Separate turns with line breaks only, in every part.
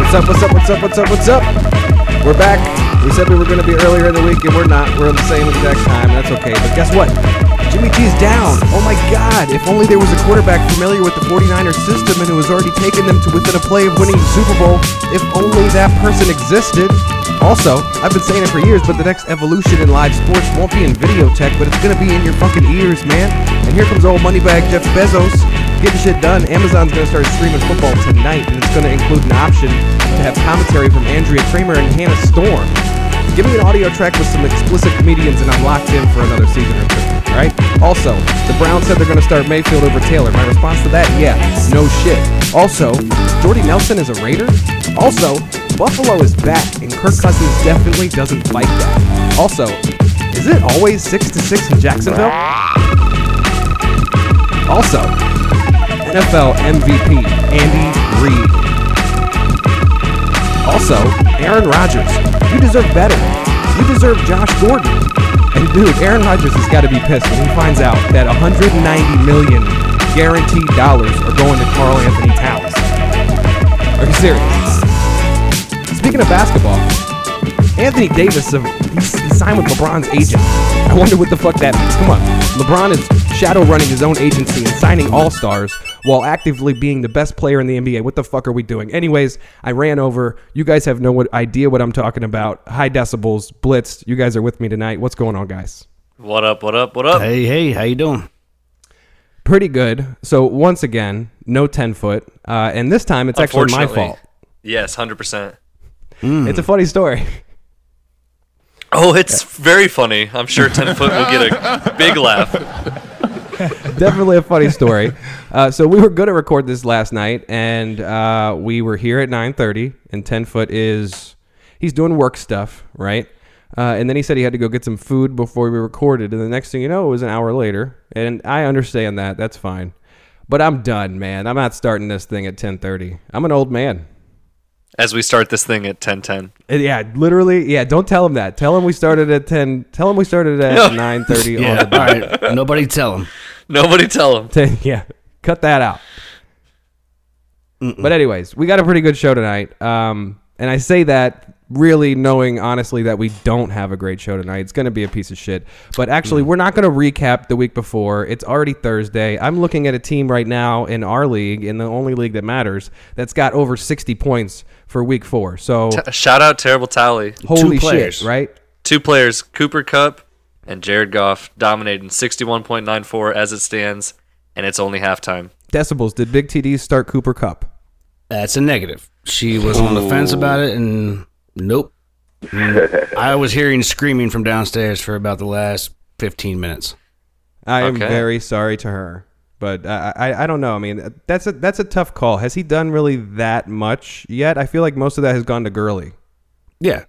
What's up? What's up? What's up? What's up? What's up? We're back. We said we were going to be earlier in the week, and we're not. We're on the same exact time. That's okay. But guess what? Jimmy G's down. Oh my God. If only there was a quarterback familiar with the 49ers system and who has already taken them to within a play of winning the Super Bowl. If only that person existed. Also, I've been saying it for years, but the next evolution in live sports won't be in video tech, but it's going to be in your fucking ears, man. And here comes old moneybag Jeff Bezos getting shit done. Amazon's gonna start streaming football tonight, and it's gonna include an option to have commentary from Andrea Kramer and Hannah Storm. Give me an audio track with some explicit comedians, and I'm locked in for another season or two. all Right? Also, the Browns said they're gonna start Mayfield over Taylor. My response to that, yeah, no shit. Also, Jordy Nelson is a Raider. Also, Buffalo is back, and Kirk Cousins definitely doesn't like that. Also, is it always six to six in Jacksonville? Also, NFL MVP Andy Reid. Also, Aaron Rodgers. You deserve better. You deserve Josh Gordon. And dude, Aaron Rodgers has got to be pissed when he finds out that 190 million guaranteed dollars are going to Carl Anthony Towns. Are you serious? Speaking of basketball, Anthony Davis of he signed with LeBron's agent. I wonder what the fuck that means. Come on, LeBron is shadow running his own agency and signing all stars while actively being the best player in the NBA. What the fuck are we doing? Anyways, I ran over. You guys have no idea what I'm talking about. High decibels, blitzed. You guys are with me tonight. What's going on, guys?
What up? What up? What up?
Hey, hey, how you doing?
Pretty good. So once again, no ten foot, uh, and this time it's actually my
Unfortunately.
fault.
Yes, hundred percent.
It's a funny story.
Oh, it's very funny. I'm sure ten foot will get a big laugh.
definitely a funny story. Uh, so we were going to record this last night, and uh, we were here at 9:30. And Ten Foot is he's doing work stuff, right? Uh, and then he said he had to go get some food before we recorded. And the next thing you know, it was an hour later. And I understand that. That's fine. But I'm done, man. I'm not starting this thing at 10:30. I'm an old man.
As we start this thing at ten ten.
Uh, Yeah, literally. Yeah, don't tell him that. Tell him we started at 10. Tell him we started at 9:30 on the
Yeah, all right. Nobody tell him.
Nobody tell him.
Ten- yeah, cut that out. But anyways, we got a pretty good show tonight. Um, and I say that really knowing honestly that we don't have a great show tonight. It's going to be a piece of shit. But actually, we're not going to recap the week before. It's already Thursday. I'm looking at a team right now in our league, in the only league that matters, that's got over 60 points for week 4. So
Shout out terrible tally.
holy shit,
players.
right?
Two players, Cooper Cup and Jared Goff, dominating sixty one point nine four as it stands, and it's only halftime.
Decibels, did Big TD start Cooper Cup?
That's a negative. She was on the fence about it, and nope. Mm. I was hearing screaming from downstairs for about the last fifteen minutes.
I am
Okay.
very sorry to her, but I, I I don't know. I mean, that's a that's a tough call. Has he done really that much yet? I feel like most of that has gone to Gurley.
Yeah,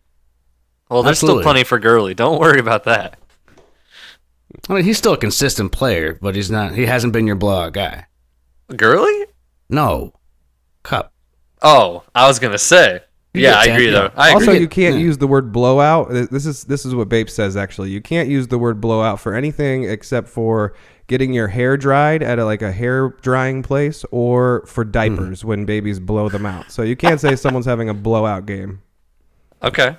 Well, there's
Absolutely.
still plenty for Gurley. Don't worry about that.
I mean he's still a consistent player, but he's not. He hasn't been your blog guy.
Gurley?
No, cup.
Oh, I was gonna say. Yeah, I agree though. I agree.
Also, you can't use the word blowout. Th- This is this is what Bape says actually. You can't use the word blowout for anything except for getting your hair dried at a, like a hair drying place or for
Hmm.
diapers when babies blow them out. So you can't say someone's having a blowout game.
okay.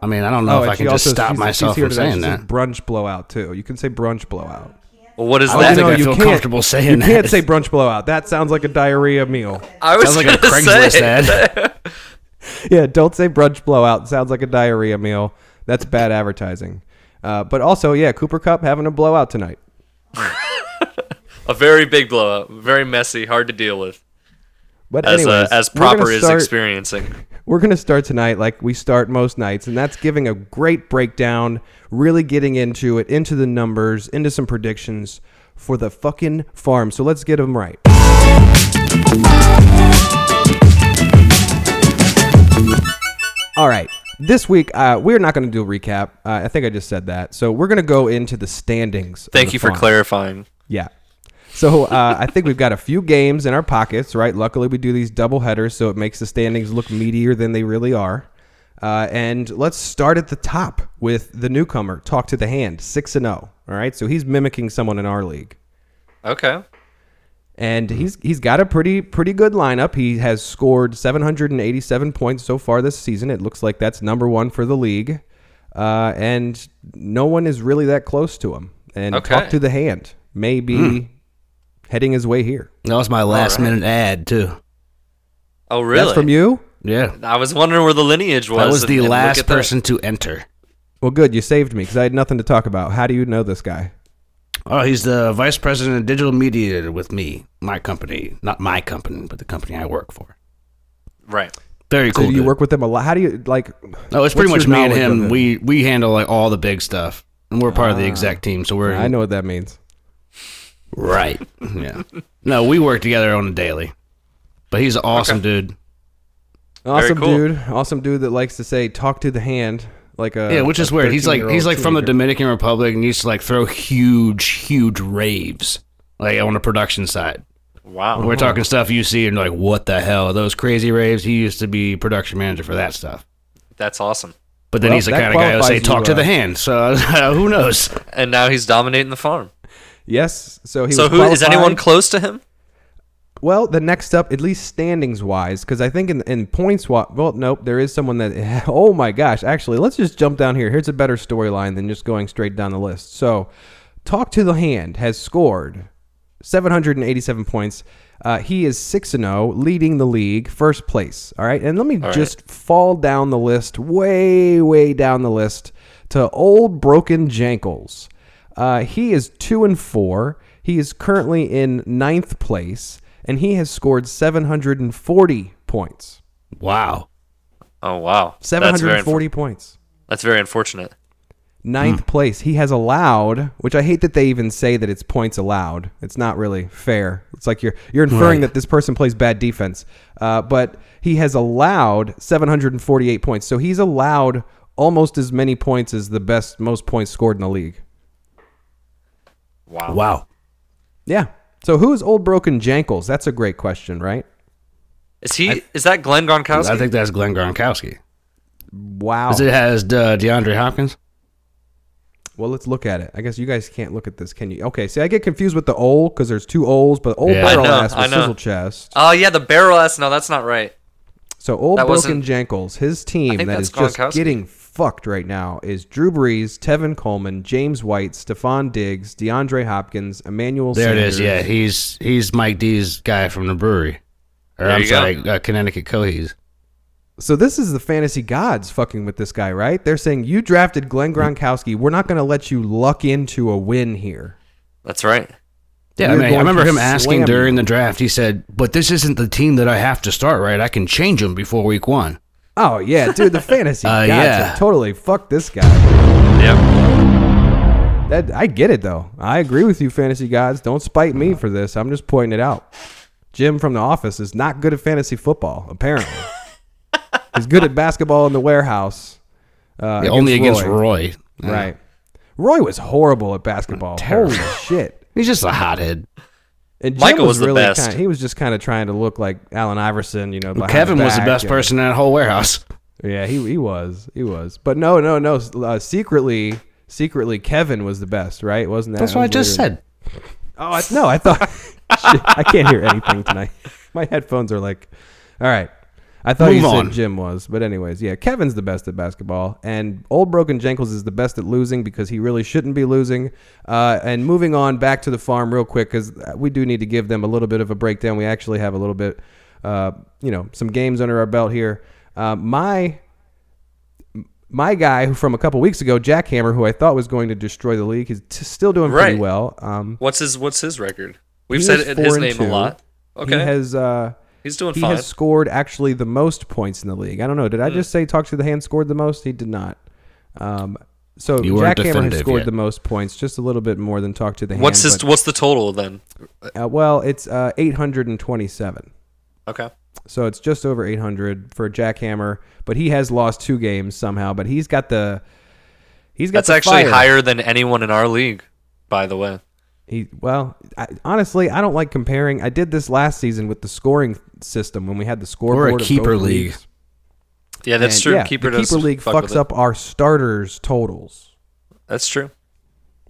I mean, I don't know
Oh,
Oh, if
and
I
she
can just
also-
stop
she's-
myself
she's here
from
tonight. She
saying
says
that.
brunch blowout too. You can say brunch blowout.
Well, what is
I
that?
don't think I feel comfortable saying
Oh, you
that.
can't say brunch blowout. That sounds like a diarrhea meal.
I was
Sounds like a
gonna
Craigslist
say.
ad.
Yeah, don't say brunch blowout. Sounds like a diarrhea meal. That's bad advertising. Uh, but also, yeah, Cooper Cup having a blowout tonight.
A very big blowout, very messy, hard to deal with,
But
as uh,
anyways,
as
we're gonna
proper is
start-
experiencing.
We're gonna start tonight like we start most nights, and that's giving a great breakdown, really getting into it, into the numbers, into some predictions for the fucking farm. So let's get them right. All right. This week, uh, we're not going to do a recap. Uh, I think I just said that. So we're going to go into the standings. of
Thank
the
you for
farm.
clarifying.
Yeah. So uh, I think we've got a few games in our pockets, right? Luckily, we do these double headers, so it makes the standings look meatier than they really are. Uh, and let's start at the top with the newcomer, Talk to the Hand, six and zero. All right, so he's mimicking someone in our league,
Okay.
and
Mm-hmm.
he's he's got a pretty pretty good lineup. He has scored 787 points so far this season. It looks like that's number one for the league, uh, and no one is really that close to him. And
Okay. Hmm.
Talk to the Hand may be heading his way here.
That was my last minute ad too.
Oh, really?
That's from you.
Yeah,
I was wondering where the lineage was.
that was
and-
the
and look
last
at that.
person to enter.
Well, good. You saved me because I had nothing to talk about. How do you know this guy?
Oh, he's the vice president of digital media with me, my company, not my company, but the company I work for.
Right.
Very
So
cool.
do you
dude.
work with them a lot? How do you like?
Oh, it's pretty
what's
much
your knowledge
me and
of
him.
it? Ah.
We we handle like all the big stuff, and we're part of the exec team. So we're
I know what that means.
right. Yeah. No, we work together on a daily. But he's an awesome dude.
Awesome
cool.
dude. Awesome dude that likes to say "talk to the hand" like a
Yeah, which
Uh, a
is weird. He's like
13-year-old
he's like from the
teenager.
Dominican Republic, and he used to like throw huge, huge raves like on the production side.
Wow.
Uh-huh.
We're talking stuff you see and you're like, what the hell? Those crazy raves. He used to be production manager for that stuff.
That's awesome.
But then
Well,
he's the
that
kind of guy who
qualifies
say
you,
talk to
uh,
the hand. So who knows?
And now he's dominating the farm.
Yes. So he.
so
was
who is anyone
qualified.
close to him?
well, the next up, at least standings wise, because I think in in points. Wa- well, nope. There is someone that. Oh my gosh! Actually, let's just jump down here. Here's a better storyline than just going straight down the list. So, talk to the hand has scored 787 points. Uh, he is 6 and 0, leading the league, first place. All right. And let me just fall down the list, way, way down the list to old broken Jankles. Uh, he is 2 and 4. He is currently in ninth place, and he has scored 740 points.
Wow.
Oh wow. That's very, infor-
740 points.
that's very unfortunate.
Hmm.
Ninth place. He has allowed, which I hate that they even say that it's points allowed. It's not really fair. It's like you're you're inferring that this person plays bad defense. Uh, but he has allowed 748 points, so he's allowed almost as many points as the best most points scored in the league.
Wow.
Wow.
Yeah. So who's old broken Jankles? That's a great question, right?
Is he? is that Glenn Gronkowski?
I think that's Glenn Gronkowski.
Wow.
It has uh, DeAndre Hopkins.
Well, let's look at it. I guess you guys can't look at this, can you? Okay. See, I get confused with the old because there's two oles, but old
Yeah. I
barrel
know,
ass
I
with
know.
sizzle chest.
oh yeah, the barrel ass. No, that's not right.
So old
That
broken
wasn't-
Jenkels, his team
think
that
that's
is just
Gronkowski.
getting fucked right now is Drew Brees, Tevin Coleman, James White, Stephon Diggs, DeAndre Hopkins, Emmanuel.
There it
Sanders.
is. Yeah, he's he's Mike D's guy from the brewery. Or
There
I'm
you go.
sorry, uh, Connecticut Cohees.
So this is the fantasy gods fucking with this guy, right? They're saying you drafted Glenn Gronkowski. We're not going to let you luck into a win here.
That's right.
Yeah, I,
You're
mean, I
going
remember
to
him asking
slam
during the draft. He said, "But this isn't the team that I have to start, right? I can change him before week one."
Oh yeah, dude, the fantasy
Uh,
gods
yeah.
have totally fucked this guy.
Yep.
That I get it though. I agree with you, fantasy gods. Don't spite me for this. I'm just pointing it out. Jim from the office is not good at fantasy football, apparently. He's good at basketball in the warehouse. Uh,
Yeah, only against Roy. Yeah.
Right. Roy was horrible at basketball. Holy shit.
He's just a hothead.
And Jim
Michael was the
really
best.
Kind he was just kind of trying to look like Allen Iverson, you know. behind
Kevin was the
back
best
and-
person in that whole warehouse.
Yeah, he, he was. He was. But no, no, no. Uh, secretly, secretly, Kevin was the best, right? Wasn't that?
That's what I just
said.
said.
Oh I, no, I thought Shit, I can't hear anything tonight. My headphones are like, all right. I thought you
Move
said
on.
Jim was, but anyways, yeah. Kevin's the best at basketball, and old broken Jenkins is the best at losing because he really shouldn't be losing. Uh, and moving on back to the farm real quick because we do need to give them a little bit of a breakdown. We actually have a little bit, uh, you know, some games under our belt here. Uh, my my guy who from a couple weeks ago, Jackhammer, who I thought was going to destroy the league, is t- still doing pretty
Right.
well. Um,
What's his What's his record? We've
He
said
is
it-
four
his
and
name
two.
a lot. Okay.
He has uh
He's doing
he
fine.
has scored actually the most points in the league. I don't know. Did
Hmm.
I just say talk to the hand scored the most? He did not. Um so
You
Jack
weren't
Hammer has
definitive
scored
yet.
the most points, just a little bit more than talk to the hand.
what's his
but,
What's the total then?
uh, well, it's uh, 827.
Okay.
So it's just over 800 for Jack Hammer, but he has lost two games somehow, but he's got the he's got
That's
the
actually
fire.
higher than anyone in our league, by the way.
He well, I, honestly, I don't like comparing. I did this last season with the scoring system when we had the scoreboard. of
keeper
both
league.
leagues.
Yeah, that's
And,
true.
yeah,
keeper
the
does
keeper league
fuck with
fucks
it.
up our starters totals.
That's true.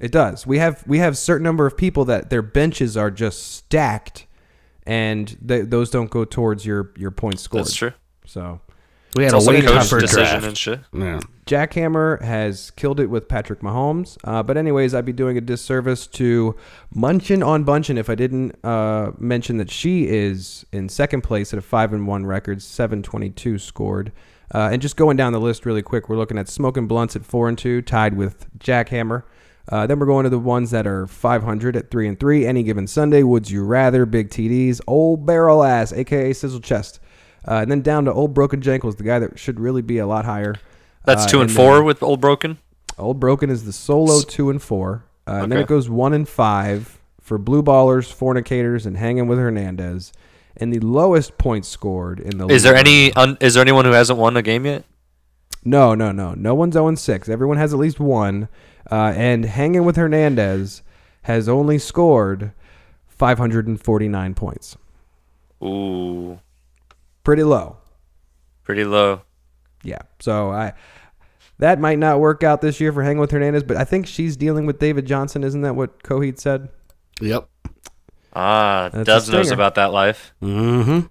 It does. We have we have certain number of people that their benches are just stacked, and th- those don't go towards your your points scored.
That's true.
So
We had
It's
a
also
way
a coach's
tougher
decision
draft.
and shit.
yeah.
Jackhammer has killed it with Patrick Mahomes. Uh, but anyways, I'd be doing a disservice to Munchin on Bunchin if I didn't uh, mention that she is in second place at a five and one record, seven twenty two scored. Uh, and just going down the list really quick, we're looking at Smoking Blunts at four and two, tied with Jackhammer. Uh, then we're going to the ones that are 500 at three and three. Any given Sunday, Woods You Rather, Big TDs, Old Barrel Ass, aka Sizzle Chest, uh, and then down to Old Broken Jankles, the guy that should really be a lot higher.
That's
Uh,
two and,
then-
four with old broken.
Old Broken is the solo two and four. Uh, And then
Okay.
it goes one and five for Blue Ballers, Fornicators, and Hanging with Hernandez. And the lowest points scored in the
Is there
league-
any? Un, is there anyone who hasn't won a game yet?
No, no, no. No one's 0 6. Everyone has at least one. Uh, and Hanging with Hernandez has only scored 549 points.
Ooh,
Pretty low.
pretty low.
Yeah. So I. That might not work out this year for Hanging with Hernandez, but I think she's dealing with David Johnson. Isn't that what Coheed said?
Yep.
Ah,
a
Dubs knows
stinger.
about that life.
Mm-hmm.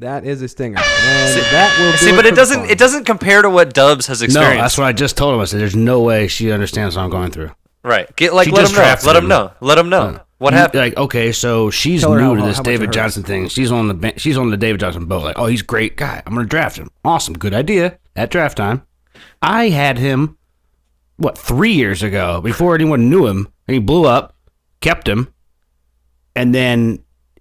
That is a stinger. And that will do
See, but
for
it doesn't.
fun.
It doesn't compare to what Dubs has
No,
experienced.
that's what I just told him. I said, "There's no way she understands what I'm going through."
Right. Get like
She
let
just
him know.
drafted
Let him
him.
know. Let him know. What
You-
happened?
Like, okay, so she's
Tell her
new
how-
to
how
this
much it
David
hurts.
Johnson thing. She's on the ben- she's on the David Johnson boat. Like, oh, he's a great guy. I'm gonna draft him. Awesome, good idea. At draft time, I had him. What three years ago, before anyone knew him, and he blew up. Kept him, and then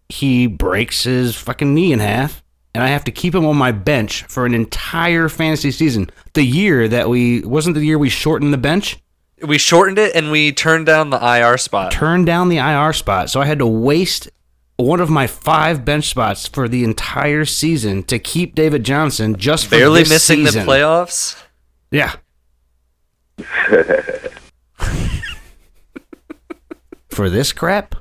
he breaks his fucking knee in half, and I have to keep him on my bench for an entire fantasy season. The year that we wasn't the year we shortened the bench
We shortened it and we turned down the IR spot.
turned down the IR spot, so I had to waste one of my five bench spots for the entire season to keep David Johnson just for
Barely
this
missing
season.
the playoffs.
Yeah. for this crap,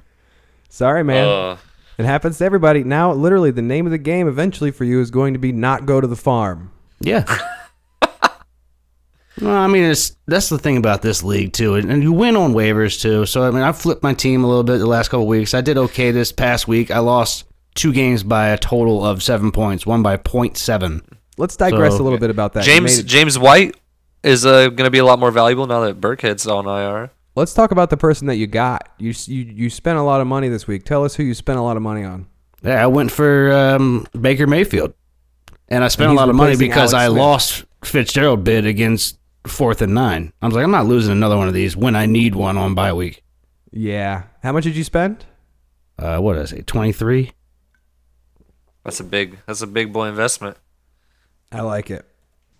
Sorry, man.
Uh,
it happens to everybody. Now, literally, the name of the game eventually for you is going to be not go to the farm.
yeah. Well, I mean, it's that's the thing about this league too, and, and you win on waivers too. So I mean, I flipped my team a little bit the last couple weeks. I did okay this past week. I lost two games by a total of seven points, one by point seven.
Let's digress
So-
a little bit about that. You
James
made it-
James White is uh, going to be a lot more valuable now that Burkhead's on IR.
let's talk about the person that you got. You, s- you you spent a lot of money this week. Tell us who you spent a lot of money on.
Yeah, I went for um, Baker Mayfield, and I spent
And
a lot
he's
of money
replacing Alex
because I
Smith.
lost Fitzgerald bid against fourth and nine. I was like, I'm not losing another one of these when I need one on bye week.
Yeah. How much did you spend?
Uh, what did I say? Twenty three.
That's a big. That's a big boy investment.
I like it.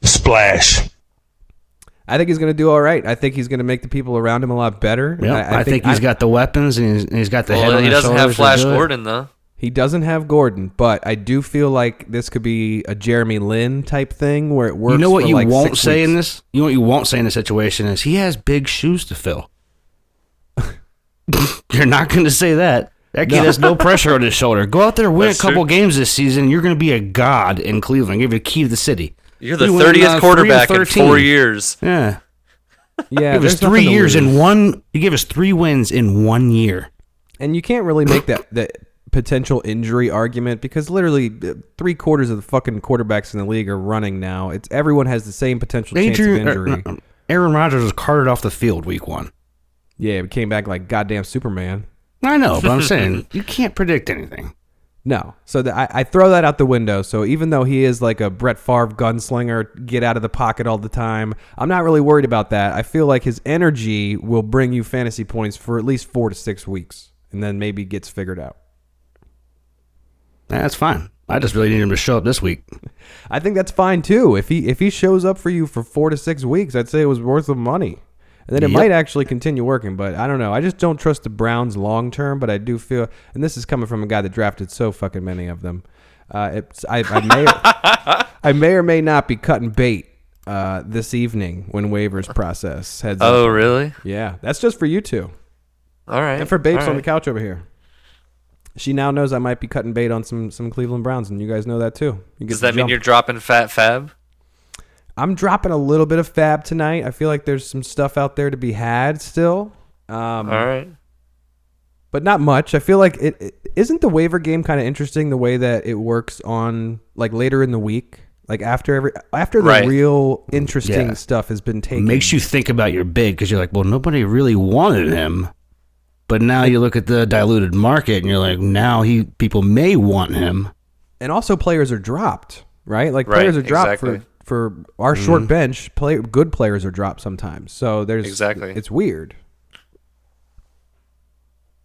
Splash.
I think he's going to do all right. I think he's going to make the people around him a lot better.
Yeah, I, think, he's
I-
got the weapons and he's, and he's got the head.
Well,
on
he
his
doesn't have
shoulders to
Flash
do it.
Gordon though.
He doesn't have Gordon, but I do feel like this could be a Jeremy Lin type thing where it works.
You know what
for
you
like
won't
six
say
weeks.
in this. You know what you won't say in this situation is he has big shoes to fill. you're not going to say that. That kid has no pressure on his shoulder. Go out there, win
That's
a couple
true.
games this season. You're going to be a god in Cleveland. Give you the key to the city.
You're the
You went, uh, three
thirtieth
and
quarterback in
13.
four years.
Yeah,
Yeah,
give us
there's nothing
three
to
years
lose.
in one. You give us three wins in one year.
and you can't really make that that potential injury argument because literally uh, three quarters of the fucking quarterbacks in the league are running now. It's everyone has the same potential
Adrian,
chance
or,
of injury.
no, er, uh, Aaron Rodgers was carted off the field week one.
Yeah, we came back like goddamn Superman.
I know, but I'm saying you can't predict anything.
No, so the, I, I throw that out the window. So even though he is like a Brett Favre gunslinger, get out of the pocket all the time, I'm not really worried about that. I feel like his energy will bring you fantasy points for at least four to six weeks, and then maybe gets figured out.
That's fine. I just really need him to show up this week.
I think that's fine too. If he if he shows up for you for four to six weeks, I'd say it was worth the money. And then it
Yep.
might actually continue working, but I don't know. I just don't trust the Browns long term. But I do feel, and this is coming from a guy that drafted so fucking many of them. Uh, it's, I, I may I may or may not be cutting bait uh, this evening when waivers process heads. up.
Oh, really?
yeah, that's just for you two.
All right.
And for babes on
all
the
right.
couch over here. She now knows I might be cutting bait on some some Cleveland Browns, and you guys know that too. You get
Does
to
that mean
jump.
you're dropping Fat Fab?
I'm dropping a little bit of fab tonight. I feel like there's some stuff out there to be had still, um,
All right.
but not much. I feel like it, it isn't the waiver game kind of interesting the way that it works on like later in the week, like after every after the
Right.
real interesting
Yeah.
stuff has been taken.
makes you think about your bid because you're like, well, nobody really wanted him, but now you look at the diluted market and you're like, now he people may want him.
and also players are dropped, right? Like
Right,
players are dropped
exactly.
for for our
Mm-hmm.
short bench. Play good players are dropped sometimes, so there's
Exactly.
It's weird.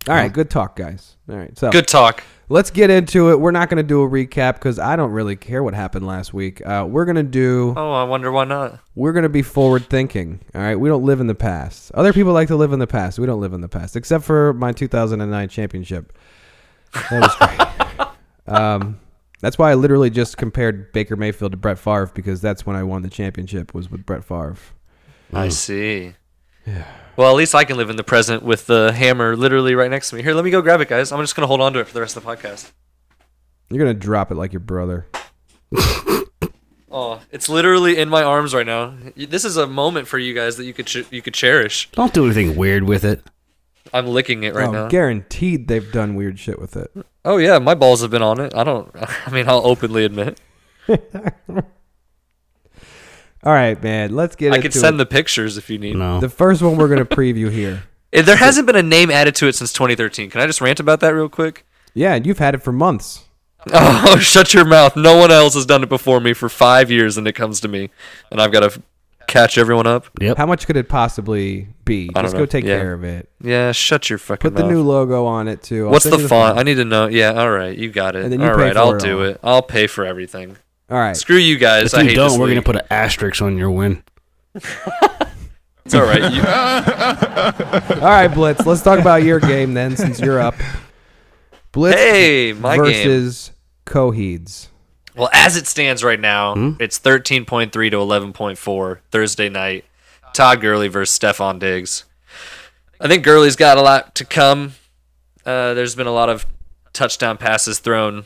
All right, good talk, guys. All right, so
Good talk.
let's get into it. We're not going to do a recap because I don't really care what happened last week. Uh, we're going to do.
Oh, I wonder why not.
We're going to be forward thinking. All right, we don't live in the past. Other people like to live in the past. We don't live in the past, except for my 2009 championship. That was great. Um, that's why I literally just compared Baker Mayfield to Brett Favre because that's when I won the championship was with Brett Favre.
I see. Well, at least I can live in the present with the hammer literally right next to me. Here, let me go grab it, guys. I'm just gonna hold on to it for the rest of the podcast.
You're gonna drop it like your brother.
Oh, it's literally in my arms right now. Y- This is a moment for you guys that you could ch- you could cherish.
Don't do anything weird with it.
I'm licking it right
oh,
now.
guaranteed they've done weird shit with it.
oh yeah, my balls have been on it. I don't. I mean, I'll openly admit.
All right, man. Let's get
I
into
could send
it.
the pictures if you need.
No,
the first one we're gonna preview here.
Eh, There hasn't been a name added to it since 2013. Can I just rant about that real quick?
Yeah, and you've had it for months.
Oh, shut your mouth. No one else has done it before me for five years, and it comes to me, and I've got to f- catch everyone up.
yep.
How much could it possibly be?
don't
Just go
know.
take
Yeah.
care of it.
Yeah, shut your fucking
Put the
mouth.
new logo on it too. I'll
What's
send
the
you
font? I need to know. Yeah, all right, you got it.
And then you
all
pay
right,
for
I'll
it
do
all.
it. I'll pay for everything.
All right.
Screw you guys.
If
I
you
hate
don't,
this
we're gonna
league.
put an asterisk on your win.
It's all right. You,
All right, Blitz. Let's talk about your game then, since you're up. Blitz
hey, my game.
versus Coheeds.
Well, as it stands right now, it's 13.3 to 11.4 Thursday night. Todd Gurley versus Stephon Diggs. I think Gurley's got a lot to come. Uh, there's been a lot of touchdown passes thrown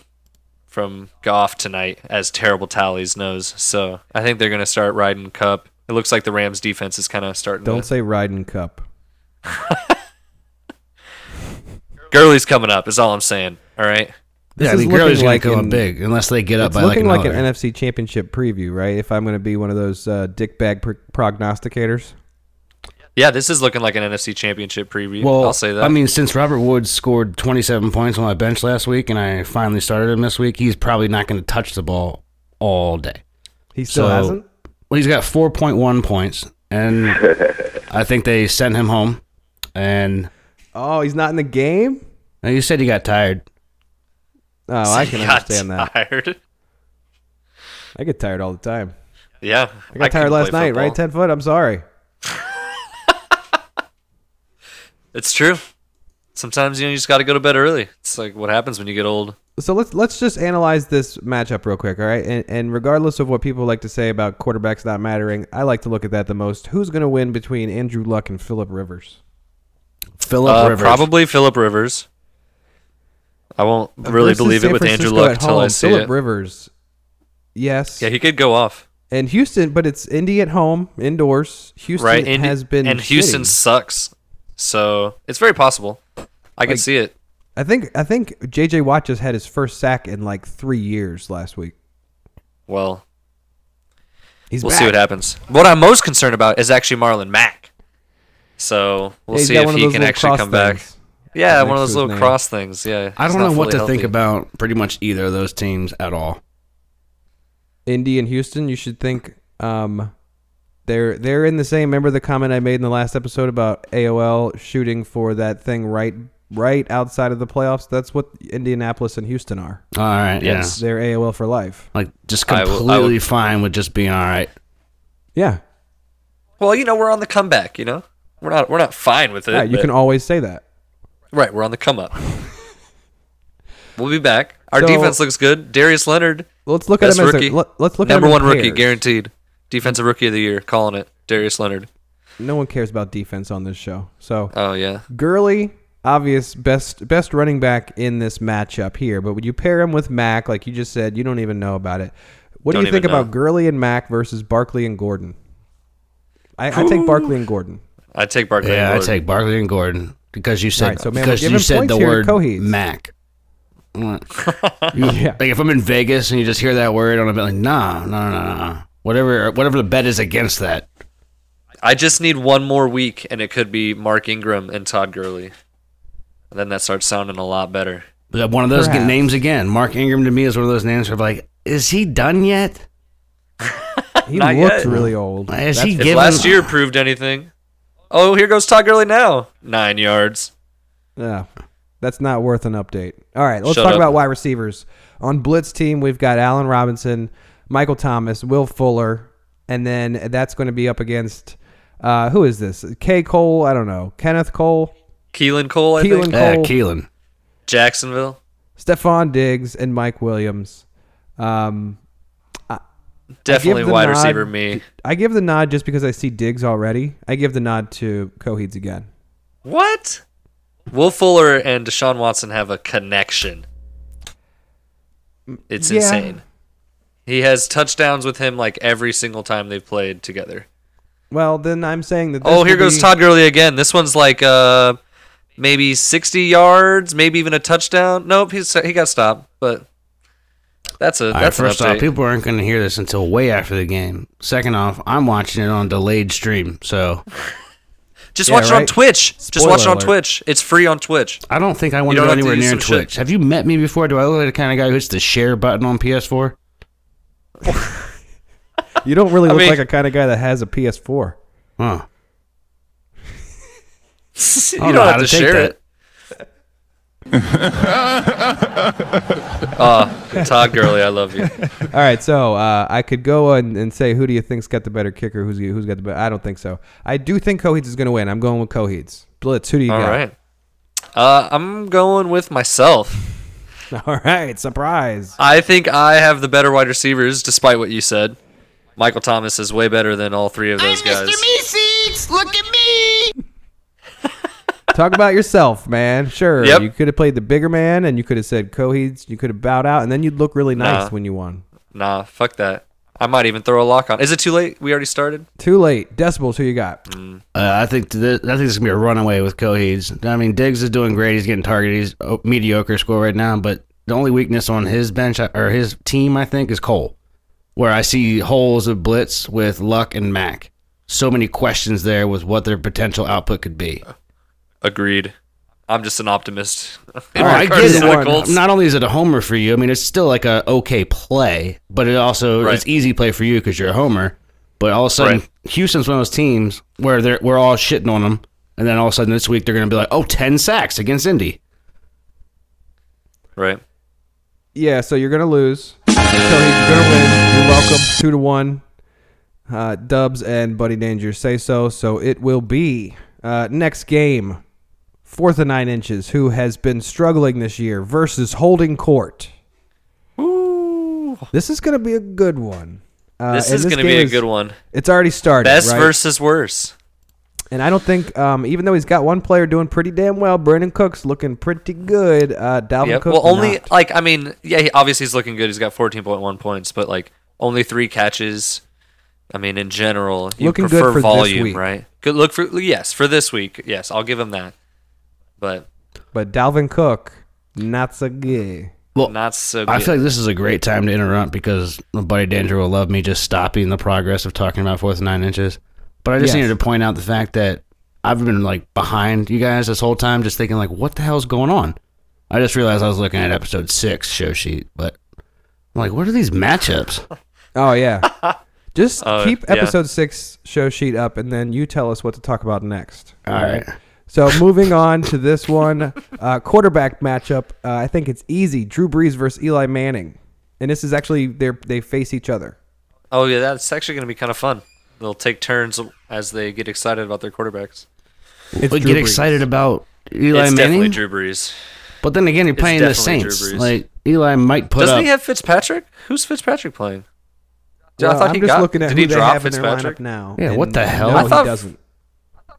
from Goff tonight, as terrible tallies knows. So I think they're going to start riding Cup. It looks like the Rams' defense is kind of starting.
Don't
to,
say Ryden Cup.
Gurley's coming up. Is all I'm saying. All right.
This
yeah, I
is
mean,
looking
Gurley's
like
gonna go
an-
up big unless they get up
It's
by like
looking like
another.
an NFC Championship preview, right? If I'm going to be one of those uh, dickbag pr- prognosticators.
Yeah, this is looking like an NFC Championship preview.
well,
I'll say that.
I mean, since Robert Woods scored 27 points on my bench last week, and I finally started him this week, he's probably not going to touch the ball all day.
He still hasn't?
Well, he's got 4.1 points, and I think they sent him home. And
Oh, he's not in the game?
now you said he got tired.
Oh, I can
Got
understand that.
tired.
I get tired all the time.
Yeah,
I got tired
couldn't
last
play
night,
football.
right? 10 foot? I'm sorry.
It's true. Sometimes you know you just got to go to bed early. It's like what happens when you get old.
So let's let's just analyze this matchup real quick, all right? And, and regardless of what people like to say about quarterbacks not mattering, I like to look at that the most. Who's going to win between Andrew Luck and Philip Rivers?
Philip
Uh,
Rivers.
probably Philip Rivers. I won't really
Versus
believe
San
it with Andrew
Francisco
Luck
at
until I
home.
see
Phillip
it.
Rivers, yes,
yeah, he could go off.
and Houston, but it's Indy at home, indoors. Houston
Right, and,
has been
and Houston
shitty.
sucks, so it's very possible. I can see it.
I think I think JJ Watt just had his first sack in like three years last week.
Well,
He's
we'll
back.
see what happens. What I'm most concerned about is actually Marlon Mack. So we'll
Yeah, he's
see
got
if
one of
he
those
can
little
actually
cross
come back.
things.
Yeah,
next
one of
to his
those little
name.
cross things. Yeah,
I
he's
don't
not
know what
fully
to
healthy.
think about pretty much either of those teams at all.
Indy and Houston, you should think um, they're they're in the same. Remember the comment I made in the last episode about AOL shooting for that thing right right outside of the playoffs. That's what Indianapolis and Houston are.
All right.
Yes.
They're AOL for life.
Yeah. Like just
I
completely
will- I will-
fine with just being all right.
Yeah,
Well, you know, we're on the comeback. You know, we're not we're not fine with it.
yeah. You
but-
can always say that.
Right, we're on the come up. we'll be back. Our
So-
defense looks good. Darius Leonard,
Let's look
best
at him as
rookie.
a, let, us look
number
at him in
one rookie,
pairs.
guaranteed. Defensive rookie of the year, calling it. Darius Leonard.
No one cares about defense on this show. So
Oh yeah,
Gurley obvious best best running back in this matchup here. But would you pair him with Mac, like you just said, you don't even know about it. What
Don't
do you think
even know.
about Gurley and Mac versus Barkley and Gordon? I, I take Barkley and Gordon.
I take Barkley. and
Yeah, I
Gordon.
take Barkley and Gordon because you said
Alright, so, man, we're
because you
giving
said
points
the
here to
word
Coheeds.
Mac. yeah. Like if I'm in Vegas and you just hear that word on a bet, like nah, no, no, no, no. Whatever, whatever the bet is against that.
I just need one more week, and it could be Mark Ingram and Todd Gurley. And then that starts sounding a lot better.
But one of those
Perhaps.
names again. Mark Ingram to me is one of those names where I'm like, is he done yet?
He
Not
looks
yet.
really old.
Is he
If
given?
last year proved anything, oh, here goes Todd Gurley now. Nine yards.
Yeah. That's not worth an update. All right, let's
Shut
talk
up.
about wide receivers. On Blitz team, we've got Allen Robinson, Michael Thomas, Will Fuller, and then that's going to be up against uh, who is this? K. Cole, I don't know. Kenneth Cole,
Keelan Cole, I
Keelan
think.
yeah,
Cole.
Uh, Keelan.
Jacksonville.
Stephon Diggs, and Mike Williams. Um,
Definitely
the
wide
nod.
receiver me.
I give the nod just because I see Diggs already. I give the nod to Coheeds again.
What? Will Fuller and Deshaun Watson have a connection. It's
yeah.
insane. He has touchdowns with him like every single time they've played together.
Well, then I'm saying that. This
Oh, here
will
goes
be-
Todd Gurley again. This one's like uh maybe 60 yards, maybe even a touchdown. Nope, he's he got stopped, but that's a
All right,
that's an
first off,
update.
people aren't going to hear this until way after the game. Second off, I'm watching it on delayed stream, so
Just
Yeah,
watch it on
right?
Twitch. Just watch it
Spoiler
on
alert.
Twitch. It's free on Twitch.
I don't think I want
You
to
don't
go
have to
anywhere
use some
near
shit.
Twitch. Have you met me before? Do I look like the kind of guy who hits the share button on PS4?
You don't really look
mean-
like a kind of guy that has a PS4.
Huh.
you
know
don't
how
have to
to take
share
that.
it. oh, Todd Gurley, I love you.
All right, so uh, I could go and, and say, who do you think's got the better kicker? Who's who's got the better? I don't think so. I do think Coheeds is going to win. I'm going with Coheeds. Blitz, who do you
All
got?
right. Uh, I'm going with myself.
All right, surprise.
I think I have the better wide receivers, despite what you said. Michael Thomas is way better than all three of those guys.
Meeseeks, look at me!
Talk about yourself, man. Sure,
Yep.
you could have played the bigger man, and you could have said Coheeds. You could have bowed out, and then you'd look really nice
Nah.
when you won.
Nah, fuck that. I might even throw a lock on. Is it too late? We already started.
Too late. Decibels, who you got?
Uh, I think th- I think this is gonna be a runaway with Coheeds. I mean, Diggs is doing great. He's getting targeted. He's a mediocre score right now, but the only weakness on his bench I- or his team, I think, is Cole, where I see holes of blitz with Luck and Mac. So many questions there with what their potential output could be.
Agreed. I'm just an optimist. In
Oh, I
regards
get
to
it.
the
One.
Colts.
Not only is it a homer for you, I mean, it's still like a okay play, but it also
Right.
it's easy play for you because you're a homer. But all of a sudden,
Right.
Houston's one of those teams where they're we're all shitting on them, and then all of a sudden this week they're going to be like, oh, 10 sacks against Indy.
Right.
Yeah, so you're gonna lose. So he's gonna win. You're welcome. Two to one. Uh, Dubs and Buddy Danger say so. So it will be uh, next game. Fourth and nine inches, who has been struggling this year versus Holding Court. Ooh. This is gonna be a good one. Uh,
this
and
is going to be
game
a
is-
good one.
It's already started.
Best
right?
versus worst.
And I don't think, um, even though he's got one player doing pretty damn well, Brandon Cook's looking pretty good. Uh, Dalvin
Yep.
Cook.
Well, only
not.
like I mean, yeah. He, obviously, he's looking good. He's got 14.1 points, but like only three catches. I mean, in general, you
Looking good
prefer
for this
volume,
week.
right? Good look for yes for this week. Yes, I'll give him that. But
But Dalvin Cook, not so good.
not so.
I
good.
feel like this is a great time to interrupt because my buddy Danger will love me just stopping the progress of talking about fourth and nine inches. But I just
Yes.
needed to point out the fact that I've been like behind you guys this whole time, just thinking like, what the hell's going on? I just realized I was looking at episode six show sheet, but I'm like, what are these matchups?
Oh yeah. Just
Uh,
keep
yeah.
episode six show sheet up, and then you tell us what to talk about next.
All right.
So moving on to this one, uh, quarterback matchup. Uh, I think it's easy: Drew Brees versus Eli Manning, and this is actually they they face each other.
Oh yeah, that's actually going to be kind of fun. They'll take turns as they get excited about their quarterbacks.
It's
But
Drew
get
Brees.
excited about Eli
it's
Manning,
definitely Drew Brees.
but then again, you're playing the
definitely Drew
Saints.
Brees.
Like Eli might put
Doesn't
up.
he have Fitzpatrick? Who's Fitzpatrick playing? Dude,
Well,
I thought
I'm
he
just
got.
looking at
did
who
he
they
drop
have in their
Fitzpatrick?
lineup now.
Yeah, what
and
the hell?
No,
I
he
thought-
doesn't.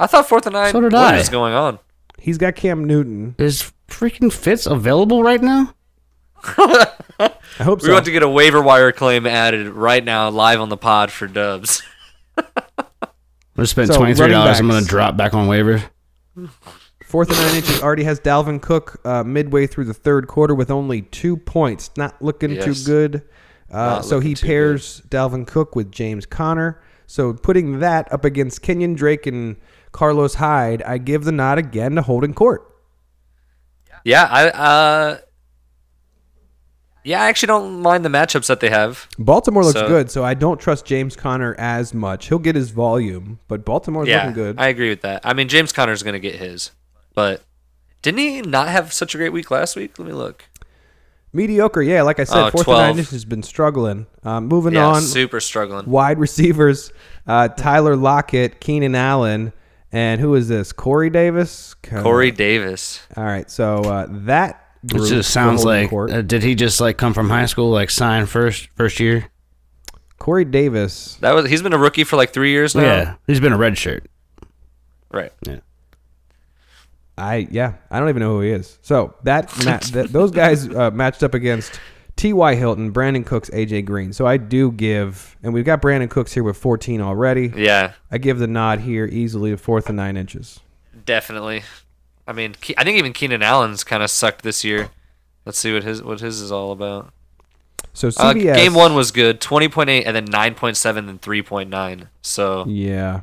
I thought fourth and nine.
So did
what
I.
is going on?
He's got Cam Newton.
Is freaking Fitz available right now?
I hope
We
so.
want to get a waiver wire claim added right now, live on the pod for Dubs.
I'm gonna spend
So,
twenty three dollars. I'm
running
gonna
backs.
drop back on waivers.
Fourth and nine inches already has Dalvin Cook uh, midway through the third quarter with only two points. Not looking
Yes.
too good. Uh, so he
looking too
pairs Dalvin Cook with James Conner. So putting that up against Kenyon Drake and Carlos Hyde, I give the nod again to Holden Court.
Yeah, I uh Yeah, I actually don't mind the matchups that they have.
Baltimore looks
So-
good, so I don't trust James Conner as much. He'll get his volume, but Baltimore's
yeah,
looking good.
I agree with that. I mean, James Conner's going to get his, but didn't he not have such a great week last week? Let me look.
Mediocre, yeah. Like I said,
Oh,
fourth and
12.
nine inches has been struggling. Um, moving
Yeah,
on,
super struggling.
wide receivers uh, Tyler Lockett, Keenan Allen, and who is this? Corey Davis. Co-
Corey Davis.
All right, so uh, that
It
group
just sounds
for Holden
like.
Court.
Uh, did he just like come from high school, like sign first first year?
Corey Davis.
That was he's been a rookie for like 3 years now.
Yeah, he's been a red shirt.
Right.
I yeah, I don't even know who he is. So that, ma- that those guys uh, matched up against T.Y. Hilton, Brandon Cooks, AJ Green. So I do give, and we've got Brandon Cooks here with 14 already.
Yeah,
I give the nod here easily to fourth and nine inches.
definitely. I mean, Ke- I think even Keenan Allen's kind of sucked this year. Let's see what his what his is all about.
So
Uh,
CBS
game one was good, twenty point eight, and then nine point seven, and three point nine. So
Yeah.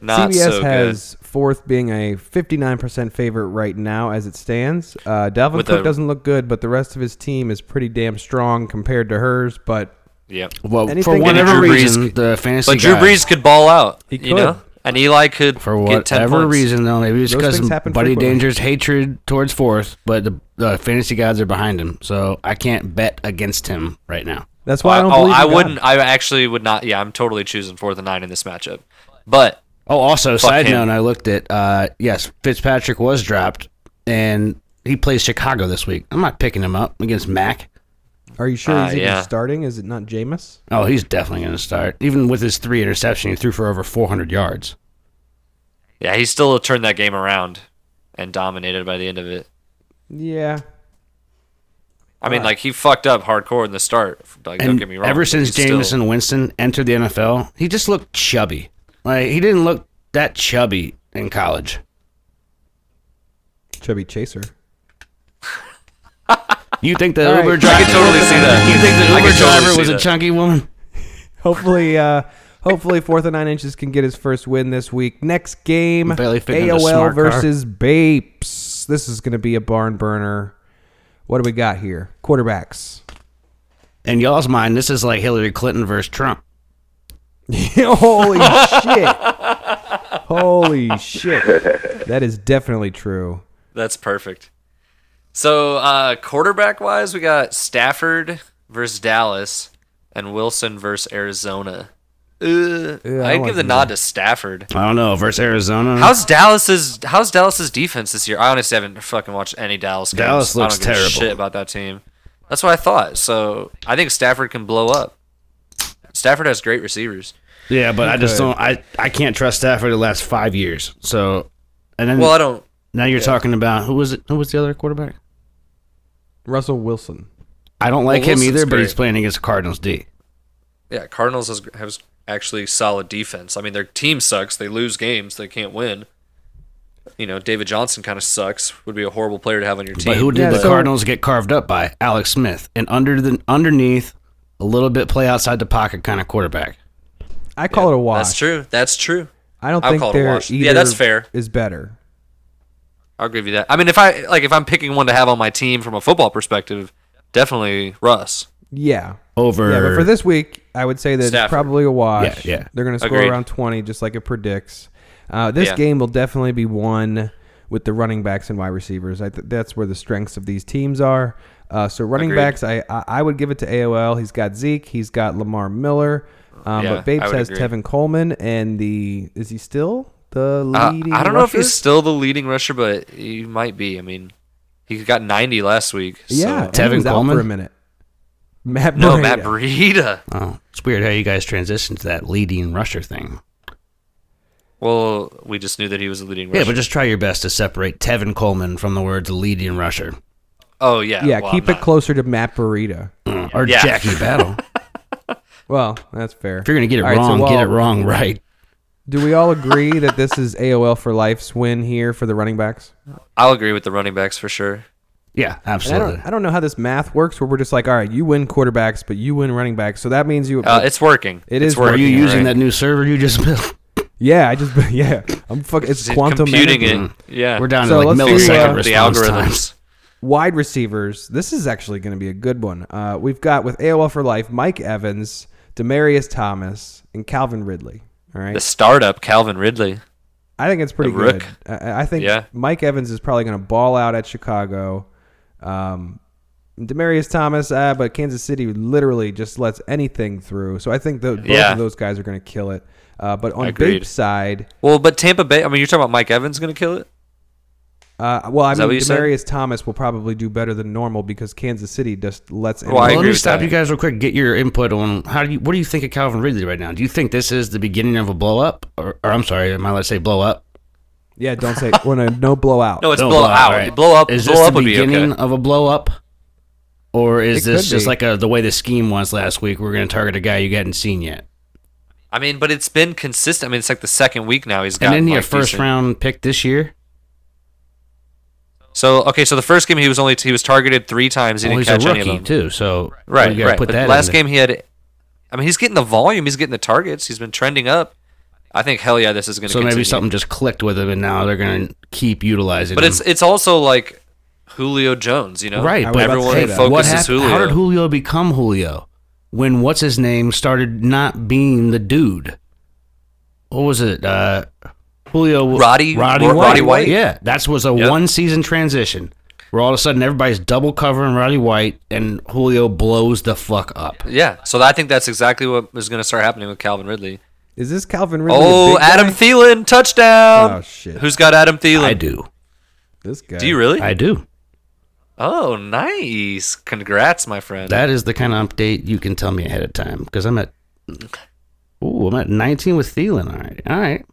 Not
CBS
so
has fourth being a 59% favorite right now as it stands. Uh, Dalvin
With
Cook
a-
doesn't look good, but the rest of his team is pretty damn strong compared to hers. But
yeah,
Well,
Anything
for
that
whatever
Drew Brees
reason,
could-
the fantasy.
But Drew
guy-
Brees could ball out.
He
You know?
could.
And Eli could
for
get 10
whatever
points.
reason though maybe it's
Those
because
things
of
happen
buddy
frequently.
danger's hatred towards fourth but the, the fantasy gods are behind him so i can't bet against him right now
that's why I don't
oh,
believe
I
in God.
wouldn't. I actually would not. Yeah, I'm totally choosing fourth and nine in this matchup. But
oh also side
him.
note i looked at uh yes fitzpatrick was dropped and he plays chicago this week i'm not picking him up against mac
Are you sure
Ah,
he's even
yeah.
starting? Is it not Jameis?
oh he's definitely going to start even with his three interception he threw for over 400 yards
yeah, he still turned that game around and dominated by the end of it.
Yeah.
I mean, like he fucked up hardcore in the start. Like, don't
and
get me wrong.
ever
but
since
he's still-
Jameson Winston entered the NFL, he just looked chubby. Like he didn't look that chubby in college.
Chubby Chaser.
You think the
All right.
Uber
I
driver?
I can totally see that.
You think the
I
Uber
can totally
driver
see
was a
that.
chunky woman?
Hopefully, uh, hopefully, fourth and nine inches can get his first win this week. Next game,
Barely fit into a
AOL
smart car.
versus Bapes. This is going to be a barn burner. What do we got here? Quarterbacks.
In y'all's mind, this is like Hillary Clinton versus Trump.
Holy shit. Holy shit. That is definitely true.
That's perfect. So, uh, quarterback wise, we got Stafford versus Dallas and Wilson versus Arizona. Uh,
I
I'd
like
give the
him
nod to Stafford.
I don't know versus Arizona.
How's Dallas's How's Dallas's defense this year? I honestly haven't fucking watched any Dallas games.
Dallas looks
I don't give
terrible.
A shit about that team. That's what I thought. So I think Stafford can blow up. Stafford has great receivers.
yeah, but I just don't. I I can't trust Stafford the last five years. So, and then
Well, I don't.
now you're talking about who was it? Who was the other quarterback?
Russell Wilson.
I don't like
Well,
him
Wilson's
either, but
great.
he's playing against Cardinals D.
Yeah, Cardinals has has actually solid defense. I mean, their team sucks. They lose games. They can't win. You know, David Johnson kind of sucks. Would be a horrible player to have on your team.
But who did
Yeah,
the
so-
Cardinals get carved up by? Alex Smith, and under the underneath, a little bit play outside the pocket kind of quarterback.
I call it a wash.
That's true. That's true.
I don't
I'll
think
call it a
there
wash.
either
Yeah, that's fair.
is better.
I'll give you that. I mean, if I like, if I'm picking one to have on my team from a football perspective, definitely Russ.
Yeah.
Over
Yeah, but for this week, I would say that it's
Stafford.
probably a wash.
Yeah, yeah.
They're going to score
Agreed.
around 20, just like it predicts. Uh, this
Yeah.
game will definitely be won with the running backs and wide receivers. I th- that's where the strengths of these teams are. Uh, so running
Agreed.
backs, I, I I would give it to AOL. He's got Zeke. He's got Lamar Miller. Um,
Yeah,
but Babes
I would
has
agree.
Tevin Coleman and the is he still the
Uh,
leading?
I don't know if
rusher?
he's still the leading rusher, but he might be. I mean, he got 90 last week. so-
yeah. and he
Tevin
was out
Coleman?
for a minute. Matt
No,
Breida.
Matt Breida.
Oh, it's weird how you guys transitioned to that leading rusher thing.
Well, we just knew that he was a leading
Yeah,
rusher.
but just try your best to separate Tevin Coleman from the words leading rusher
oh yeah.
Yeah,
well,
keep
I'm
it
not-
closer to Matt Burrito.
or
Yeah.
Jackie Battle. if
Well, that's fair. If
you're gonna get it wrong, get it wrong right.
Do we all agree that this is AOL for life's win here for the running backs?
I'll agree with the running backs for sure.
Yeah,
And I
absolutely.
don't, I don't know how this math works where we're just like, all right, you win quarterbacks, but you win running backs. So that means you.
Uh, it's working.
It
it's
is
working.
working,
Are you using
right?
that new server you just built?
yeah, I just. Yeah. I'm fucking. It's
It's
quantum
computing
energy.
it? Yeah,
Mm. We're down
So
to like
let's do,
millisecond
uh,
with the
response times.
algorithms.
Wide receivers. This is actually going to be a good one. Uh, we've got with AOL for life Mike Evans, Demarius Thomas, and Calvin Ridley. All right.
The startup Calvin Ridley.
I think it's pretty
The rook.
good. I, I think
Yeah.
Mike Evans is probably going to ball out at Chicago. Um, Demarius Thomas, uh, but Kansas City literally just lets anything through. So I think tho- both
Yeah.
of those guys are going to kill it. Uh, but on
Agreed.
Bape side,
Well, but Tampa Bay. I mean, you're talking about Mike Evans going to kill it.
uh, well, I
that
mean,
what you said?
Demarius Thomas will probably do better than normal because Kansas City just lets.
Well,
anyone-
I
Well, let
agree
me
with
stop
that.
you guys real quick. Get your input on how do you what do you think of Calvin Ridley right now? Do you think this is the beginning of a blow up, or, or I'm sorry, am I allowed to say blow up?
yeah, don't say well, no, no blowout.
No, it's
Don't
blow out.
right?
Blow up.
Is
blow
this
up
the
would be
beginning
okay.
of a blow up, or is
It
this
could
just
be.
like a, the way the scheme was last week? We're going to target a guy you hadn't seen yet,
I mean, but it's been consistent. I mean, it's like the second week now he's
and
gotten
then he a
like,
first
decent-
round pick this year.
So okay, so the first game he was only he was targeted three times. He
Well,
didn't
Oh, he's a
catch any of
rookie
them.
too, so
Right,
you gotta
right.
Put
but
that
last
in
game he had. I mean, he's getting the volume. He's getting the targets. He's been trending up. I think hell yeah, this is going to.
So
continue.
maybe something just clicked with him, and now they're going to keep utilizing.
But
him.
it's it's also like Julio Jones, you know.
Right,
I
but
was about to
everyone
say
focuses
that.
what hap-
Julio.
How did Julio become Julio? When what's his name started not being the dude? What was it? Uh, Julio
Roddy-
Roddy
Ro-
White.
Roddy White?
Yeah, that was a
Yep.
one season transition where all of a sudden everybody's double covering Roddy White and Julio blows the fuck up.
yeah, so I think that's exactly what is going to start happening with Calvin Ridley.
Is this Calvin Ridley? a
Oh,
big guy?
Adam Thielen touchdown!
Oh, shit.
Who's got Adam Thielen?
I do,
This guy.
Do you really?
I do.
oh, nice! Congrats, my friend.
That is the kind of update you can tell me ahead of time because I'm at. Ooh, I'm at 19 with Thielen. All right, all right.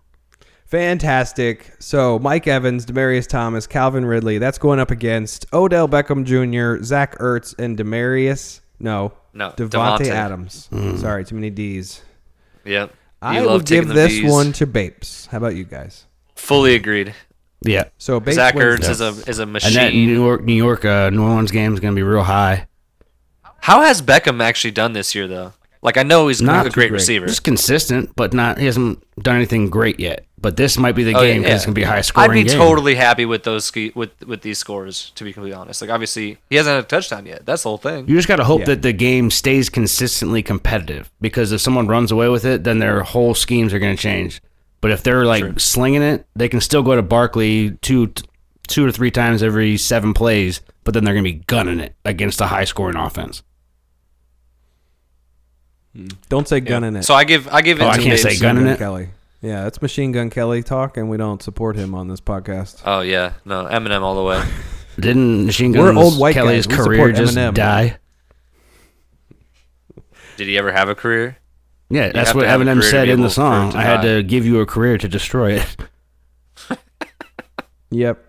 Fantastic. So Mike Evans, Demarius Thomas, Calvin Ridley. That's going up against Odell Beckham Jr., Zach Ertz, and Demarius. No,
No,
Devontae,
Devontae.
Adams.
Hmm.
Sorry, too many D's.
yep. You
I
love
will
taking
give
the
this
Bs.
one to Bapes. How about you guys?
Fully agreed.
Yeah,
So Bapes
Zach
wins
Ertz
this.
is a is a
And that
machine.
New York, New York, uh, New Orleans game is going to be real high.
How has Beckham actually done this year though? Like I know he's
Not
a great,
great.
receiver.
Just consistent, but not. He hasn't done anything great yet. But this might be the
Oh,
game 'cause
yeah.
it's going to be a high scoring.
I'd be
game.
totally happy with those ski- with with these scores. To be completely honest, like obviously he hasn't had a touchdown yet. That's the whole thing.
You just got to hope that the game stays consistently competitive because if someone runs away with it, then their whole schemes are going to change. But if they're like slinging it, they can still go to Barkley two, t- two or three times every seven plays. But then they're going to be gunning it against a high scoring offense.
Don't say gun in it.
So I give I give it
Oh,
to
I can't say
Mims.
gun in it.
Kelly. Yeah, that's Machine Gun Kelly talk, and we don't support him on this podcast.
Oh yeah, no Eminem all the way.
Didn't Machine
We're
Gun
old white
Kelly's
guys. We
career
support
just
Eminem.
die?
Did he ever have a career?
Yeah, that's
have
what
to have a
Eminem
career to
said
be
in
able
the
for it
song.
to
I had
die.
to give you a career to destroy it.
Yep.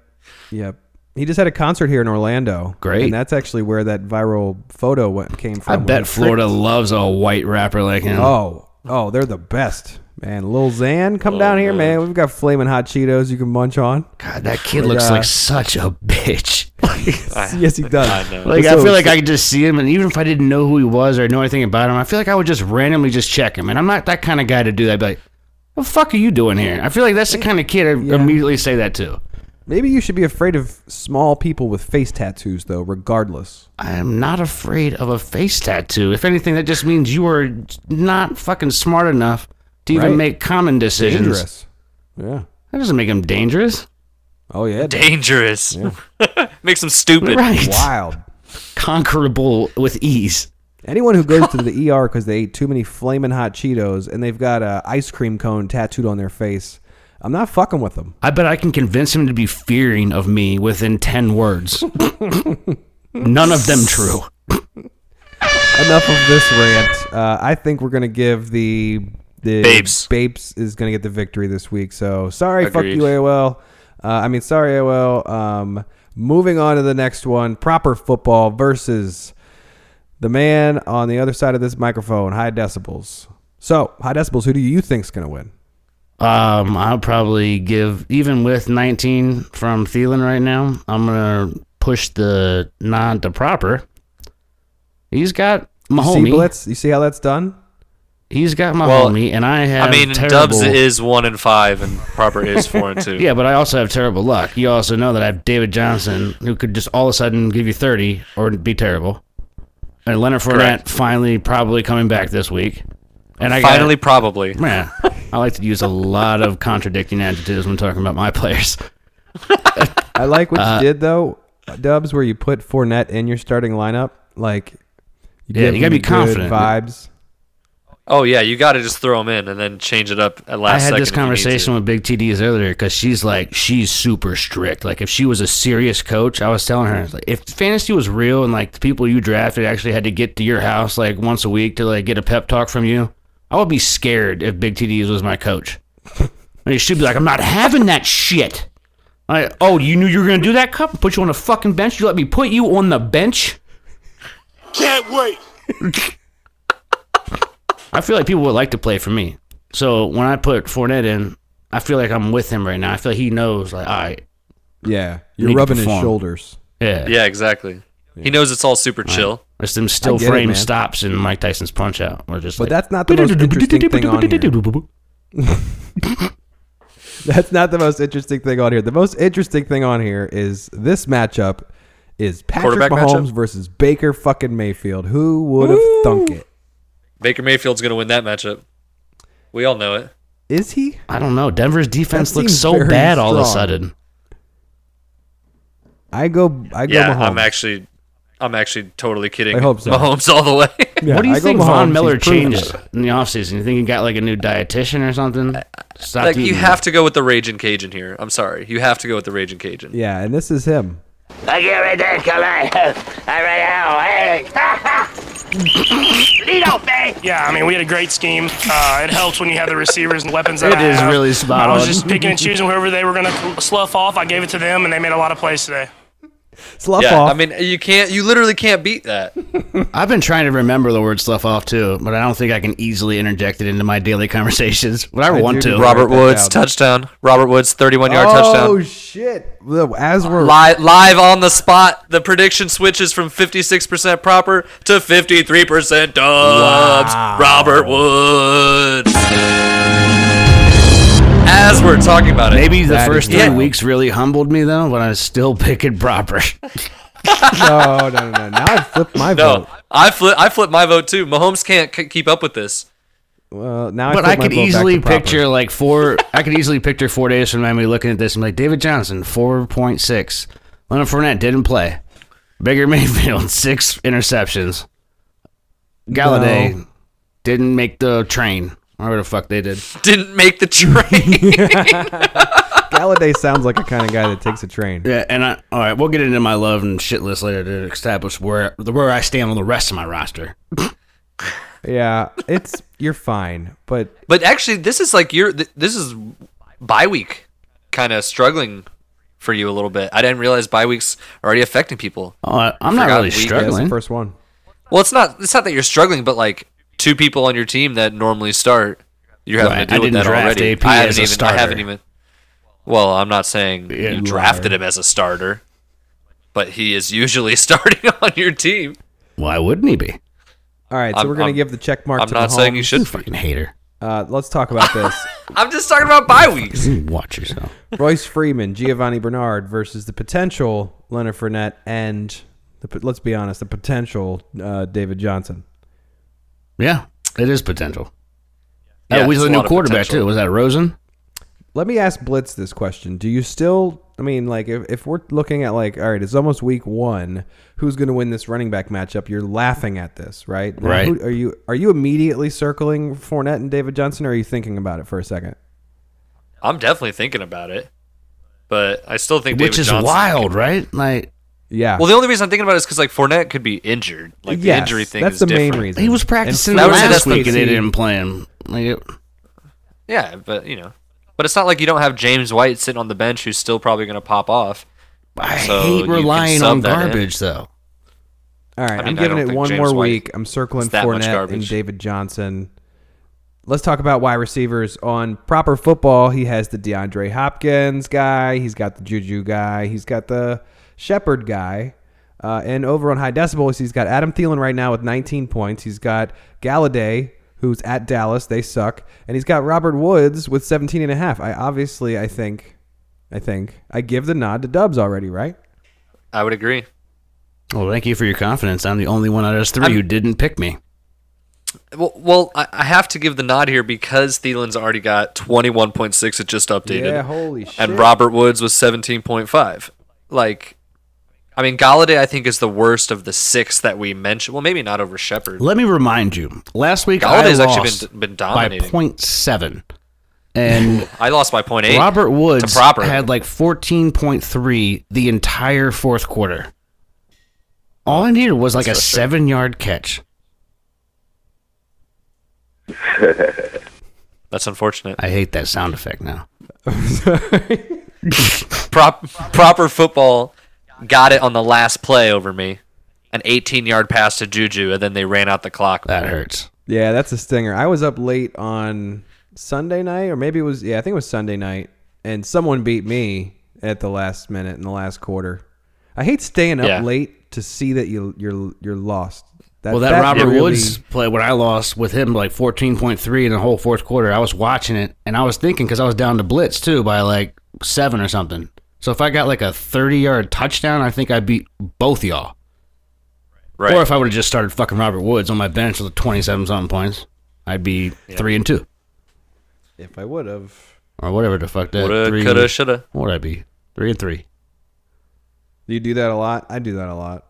Yep. He just had a concert here in Orlando.
Great.
And that's actually where that viral photo went, came from.
I
when
bet
he
Florida
tricked-
loves a white rapper like him.
Oh, oh, they're the best, man. Lil Xan, come down here, man. We've got flaming hot Cheetos you can munch on.
God, that kid looks
uh,
like such a bitch.
yes, he does.
I know.
like I
So-
feel like I could just see him, and even if I didn't know who he was or know anything about him, I feel like I would just randomly just check him. And I'm not that kind of guy to do that. I'd be like, "What the fuck are you doing here?" I feel like that's the kind of kid I immediately say that to.
Maybe you should be afraid of small people with face tattoos, though. Regardless,
I am not afraid of a face tattoo. If anything, that just means you are not fucking smart enough to even
Right.
make common decisions.
dangerous. Yeah.
That doesn't make him dangerous.
Oh yeah.
Dangerous. Makes him stupid.
Right.
Wild.
Conquerable with ease.
Anyone who goes to the ER because they ate too many flaming hot Cheetos and they've got a ice cream cone tattooed on their face, I'm not fucking with them.
I bet I can convince him to be fearing of me within 10 words. None of them true.
Enough of this rant. Uh, I think we're gonna give the the
Babes.
Babes is going to get the victory this week. So sorry, fuck
Agreed.
you, AOL. Uh, I mean, sorry, AOL. Um, moving on to the next one, proper football versus the man on the other side of this microphone, high decibels. So high decibels, who do you think's going to win?
Um, I'll probably give even with 19 from Thielen right now. I'm gonna push the non to proper. He's got
See
Mahomie.
blitz. You see how that's done?
He's got Mahomie,
Well,
and I have.
I mean,
terrible,
Dubs is one and five, and Proper is four and two.
Yeah, but I also have terrible luck. You also know that I have David Johnson, who could just all of a sudden give you 30 or be terrible. And Leonard Fournette
Correct.
finally probably coming back this week. And I
Finally, probably.
got, man, I like to use a lot of contradicting adjectives when talking about my players.
I like what
Uh,
you did though, Dubs, where you put Fournette in your starting lineup. Like, you
Yeah,
give
you gotta be
him good
confident.
Vibes.
Oh yeah, you got to just throw him in and then change it up at
I
last.
had
second
this
if you need
conversation
to.
with Big TDs earlier because she's like, she's super strict. Like, if she was a serious coach, I was telling her, like, if fantasy was real and like the people you drafted actually had to get to your house like once a week to like get a pep talk from you, I would be scared if Big TDs was my coach. I mean, she'd be like, I'm not having that shit. Like, oh, you knew you were gonna do that cup? Put you on the fucking bench? You let me put you on the bench?
Can't wait.
I feel like people would like to play for me. So when I put Fournette in, I feel like I'm with him right now. I feel like he knows, like, all right,
Yeah, you're
Need to
rubbing his
perform.
shoulders.
yeah,
Yeah, exactly. He knows it's all super chill.
It's them still
get it,
frame
man.
stops and Mike Tyson's punch out. We're just
But
like,
that's not the most interesting thing on here. That's not the most interesting thing on here. The most interesting thing on here is this matchup is Patrick
Quarterback
Mahomes
matchup?
versus Baker fucking Mayfield. Who would have thunk it?
Baker Mayfield's gonna win that matchup. We all know it.
Is he?
I don't know. Denver's defense
That
looks
seems
so
very
bad all of a
strong.
sudden.
I go. I go.
Yeah,
Mahomes.
I'm actually, I'm actually totally kidding.
I hope so.
Mahomes all the way.
Yeah,
what do you
I go
think
Mahomes.
Von
He's
Miller
proven
changed
it.
in the offseason? You think he got like a new dietitian or something? Stopped
like you
eating.
have to go with the Raging Cajun here. I'm sorry, you have to go with the Raging Cajun.
Yeah, and this is him.
Like you're ridiculous. I right now, hey. Lito, babe.
Yeah, I mean, we had a great scheme. Uh, it helps when you have the receivers and weapons. That
It
I
is
have.
really spot
I was
on.
just picking and choosing whoever they were going to slough off. I gave it to them, and they made a lot of plays today.
Slough
Yeah,
off.
I mean, you can't, you literally can't beat that.
I've been trying to remember the word stuff off too, but I don't think I can easily interject it into my daily conversations. But I, want
do
to.
need Rob-
Robert
Write that
Woods
down.
touchdown. Robert Woods 31 yard
oh
touchdown.
shit! Look, As we're
Live, live on the spot. The prediction switches from 56% proper to 53% dubs. Robert Woods. As we're talking about it,
Maybe the
That
first
is
three
wild.
weeks really humbled me though, but I was still picking proper.
no, no, no, no. Now I flipped my
no,
vote.
Oh, I flip, I flip my vote too. Mahomes can't c- keep up with this.
Well, Uh, now
But
I,
I,
flip my
could
vote back to
easily
proper.
picture like four. I could easily picture four days from now me looking at this and be like David Johnson four point six. Leonard Fournette didn't play. Baker Mayfield six interceptions. Galladay
No.
didn't make the train. Whatever the fuck they did.
Didn't make the train.
Galladay sounds like a kind of guy that takes a train.
Yeah, and I all right. We'll get into my love and shit list later to establish where where I stand on the rest of my roster.
Yeah, it's you're fine, but
but actually, this is like your th- this is bye week kind of struggling for you a little bit. I didn't realize bye weeks are already affecting people.
Oh, I, I'm not
Forgot
really
we-
yeah, it's the
struggling.
first one.
Well, it's not. It's not that you're struggling, but like two people on your team that normally start, you're having
Right,
to
I
deal with
didn't
that
draft
already.
AP
I
as
haven't
a
even. I haven't
starter.
even. Well, I'm not saying
Yeah,
you drafted him as a starter, but he is usually starting on your team.
Why wouldn't he be?
All right, so
I'm-
we're gonna
I'm-
give the check mark.
I'm
to
not saying you
Mahomes.
should.
Fucking hater.
Uh, let's talk about this.
I'm just talking about bye weeks.
Watch yourself.
Royce Freeman, Giovanni Bernard versus the potential Leonard Fournette and the, po- let's be honest, the potential uh, David Johnson.
Yeah, it is potential.
Yeah,
oh, we
it's
have
a
a new
lot of
quarterback
potential.
too. Was that Rosen?
Let me ask Blitz this question: Do you still? I mean, like, if, if we're looking at like, all right, it's almost week one. Who's going to win this running back matchup? You're laughing at this, right? Now,
Right.
who- are you are you immediately circling Fournette and David Johnson, or are you thinking about it for a second?
I'm definitely thinking about it, but I still think David
Which is
Johnson-
wild, right? Like
Yeah.
Well, the only reason I'm thinking about it is because like Fournette could be injured. Like the
Yes,
injury thing
That's
is
the
different.
main reason.
he was practicing
And
That was-
last
that's the
week and they
team.
didn't play him. Like, it-
Yeah, but you know, but it's not like you don't have James White sitting on the bench who's still probably going to pop off.
I
So you
hate
can
relying
sub
on
that in.
garbage, though.
All right, I
mean,
am
I
giving
don't
it
think
one
James
more
White
week. I'm circling
is that much
Fournette and
garbage.
David Johnson. Let's talk about wide receivers on proper football. He has the DeAndre Hopkins guy. He's got the Juju guy. He's got the Shepard guy. Uh, and over on high decibels, he's got Adam Thielen right now with 19 points. He's got Galladay, who's at Dallas. They suck. And he's got Robert Woods with 17 and a half. I obviously, I think, I think I give the nod to Dubs already, right?
I would agree.
Well, thank you for your confidence. I'm the only one out of us 3 who didn't pick me.
Well, well I, I have to give the nod here because Thielen's already got 21.6. It just updated.
Yeah, holy shit.
and Robert Woods was 17.5. Like, I mean, Galladay, I think, is the worst of the six that we mentioned. Well, maybe not over Shepard.
Let me remind you. Last week,
Galladay's
I
actually
lost
been- been
by
dominating.
0.7. And
I lost by 0.8.
Robert Woods
to proper.
had like 14.3 the entire fourth quarter. All I needed was like a seven yard catch.
That's unfortunate.
I hate that sound effect now.
Prop, proper football got it on the last play over me. An 18 yard pass to Juju, and then they ran out the clock.
That hurts.
Yeah, that's a stinger. I was up late on Sunday night, or maybe it was yeah, I think it was Sunday night, and someone beat me at the last minute in the last quarter. I hate staying up
Yeah.
late to see that you you're you're lost.
Well, that, Robert
really-
Woods play when I lost with him like 14.3 in the whole fourth quarter, I was watching it and I was thinking because I was down to blitz too by like seven or something. So if I got like a 30 yard touchdown, I think I beat both y'all.
Right.
Or if I would have just started fucking Robert Woods on my bench with 27 something points, I'd be three and two
If I would have,
or whatever the fuck that.
Woulda,
three-
coulda, shoulda.
What would I be? Three and three.
you do that a lot. I do that a lot.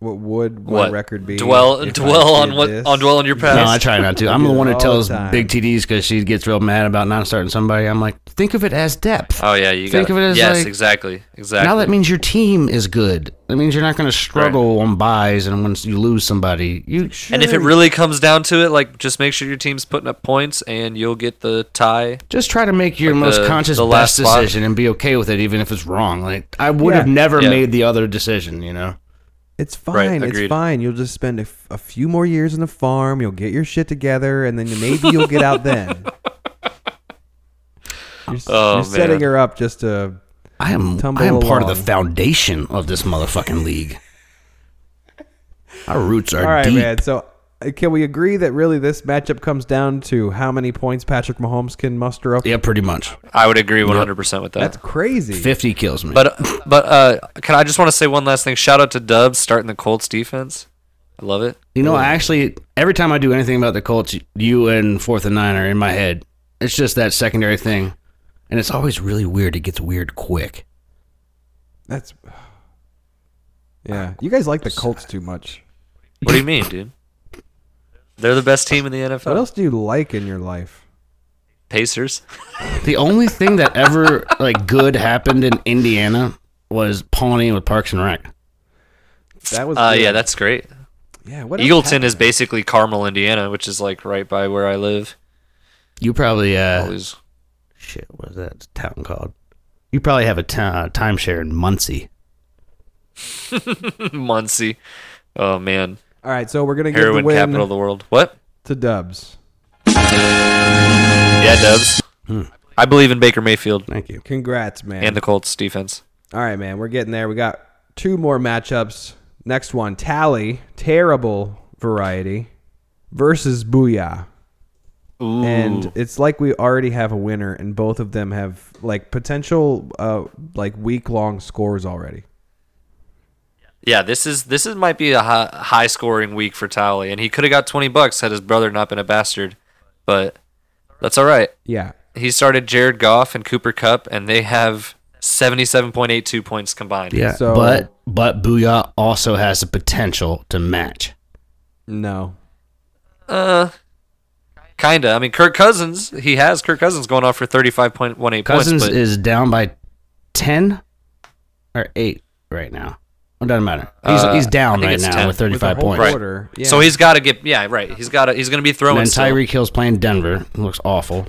What would my
what
record be?
Dwell,
if I
dwell on
did
what?
this?
On dwell on your pass.
No, I try not to. I'm
do
the
that
one
all
that
the
tells
time.
big TDs because she gets real mad about not starting somebody. I'm like, think of it as depth.
Oh yeah, you
Think
got
of it as
yes,
like-
exactly, exactly.
Now that means your team is good. That means you're not going to struggle on buys, and once you lose somebody, you
And if it really comes down to it, like just make sure your team's putting up points, and you'll get the tie.
just try to make your most
the-
conscious
the
best
last spot.
decision and be okay with it, even if it's wrong. Like I would have
Yeah.
never
Yeah.
made the other decision, you know.
It's
Right,
fine. it's
agreed.
fine. You'll just spend a, f- a few more years on the farm. You'll get your shit together, and then you- maybe you'll get out then. You're, s-
Oh,
you're setting
man.
her up just to.
I am
Tumble
I am part of the
along.
foundation of this motherfucking league. Our roots are
All right,
deep.
man. So, uh, can we agree that really this matchup comes down to how many points Patrick Mahomes can muster up?
Yeah, pretty much.
I would agree 100 percent with that.
That's crazy.
Fifty kills me.
but but uh, can I just want to say one last thing? Shout out to Dubs starting the Colts defense. I love it.
You know, I actually every time I do anything about the Colts, you and fourth and nine are in my head. It's just that secondary thing, and it's always really weird. It gets weird quick.
That's. Yeah, you guys like the Colts too much.
What do you mean, dude? They're the best team in the NFL.
What else do you like in your life?
Pacers.
The only thing that ever like good happened in Indiana was Pawnee with Parks and Rec.
That was.
Uh, yeah,
good.
that's great.
yeah. What else
Eagleton
happened?
is basically Carmel, Indiana, which is like right by where I live.
You probably uh
Always-
shit. What is that town called? You probably have a ti- uh, timeshare in Muncie.
Muncie. Oh man,
All right, so we're gonna give the
heroin
win
capital of the world. What?
to Dubs.
Yeah, Dubs.
Hmm.
I believe in Baker Mayfield
Thank you.
Congrats, man.
and the Colts defense.
All right, man. We're getting there. We got two more matchups. Next one, Tally, terrible variety versus Booyah. And it's like we already have a winner, and both of them have like potential, uh, like week long scores already.
Yeah, this is this is might be a high, high scoring week for Tally, and he could have got twenty bucks had his brother not been a bastard, but that's all right.
Yeah,
He started Jared Goff and Cooper Cup, and they have seventy seven point eight two points combined.
Yeah,
So-
but but Booyah also has the potential to match.
no,
kinda. I mean, Kirk Cousins, he has Kirk Cousins going off for thirty five point one eight points,
Cousins
but
is down by ten or eight right now. It doesn't matter. He's,
Uh,
he's down
I think
right
it's
now
10.
with
With the
35
whole
points.
Right.
quarter, yeah.
So he's got to get yeah right. He's got to he's going to be throwing.
And then
still.
Tyreek Hill's playing Denver. Looks awful.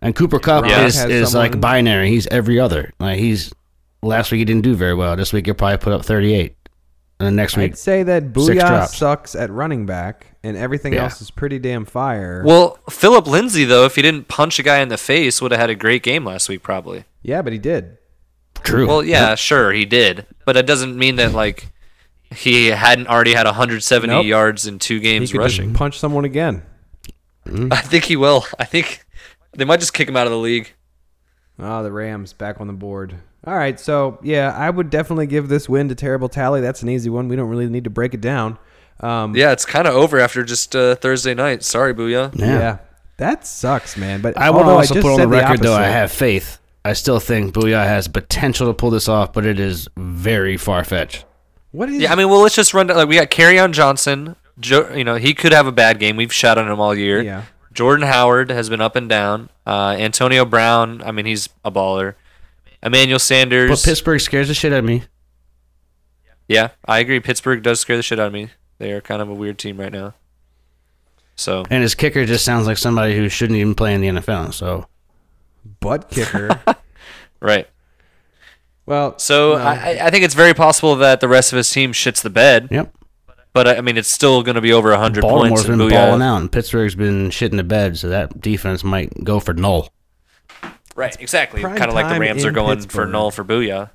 And Cooper Cup
Yeah.
is,
Has
is
someone-
like binary. He's every other. Like he's last week he didn't do very well. This week he'll probably put up 38. And then next week,
I'd say that
Six
Booyah
drops.
sucks at running back, and everything
Yeah.
else is pretty damn fire.
Well, Philip Lindsay though, if he didn't punch a guy in the face, would have had a great game last week probably.
yeah, but he did.
true.
Well, yeah, sure he did, but it doesn't mean that like he hadn't already had 170
Nope.
yards in two
He
games
could
rushing.
just punch someone again.
I think he will. I think they might just kick him out of the league.
Ah, the Rams back on the board. All right, so yeah, I would definitely give this win to Terrible Tally. That's an easy one. We don't really need to break it down. Um,
Yeah, it's kind of over after just uh, Thursday night. Sorry, Booyah.
yeah. that sucks, man. But
I want to
although
also
just
put on
said
the record, though, I
opposite.
have faith. I still think Booyah has potential to pull this off, but it is very far fetched.
What is?
Yeah, I mean, well, let's just run down. Like, we got Carry on Johnson. Jo- you know, he could have a bad game. We've shot on him all year.
Yeah.
Jordan Howard has been up and down. Uh, Antonio Brown, I mean, he's a baller. Emmanuel Sanders.
But Pittsburgh scares the shit out of me.
yeah, I agree. Pittsburgh does scare the shit out of me. They are kind of a weird team right now. So,
And his kicker just sounds like somebody who shouldn't even play in the NFL. So
butt kicker.
right.
well,
So, I I, I think it's very possible that the rest of his team shits the bed.
Yep.
But, I I mean, it's still going to be over 100
Baltimore's
points. uh, and
been
Booyah-
balling out, and Pittsburgh's been shitting the bed, so that defense might go for null.
Right, exactly.
prime
Kind of like the
time
Rams are
in
going for
Pittsburgh.
null for Booyah.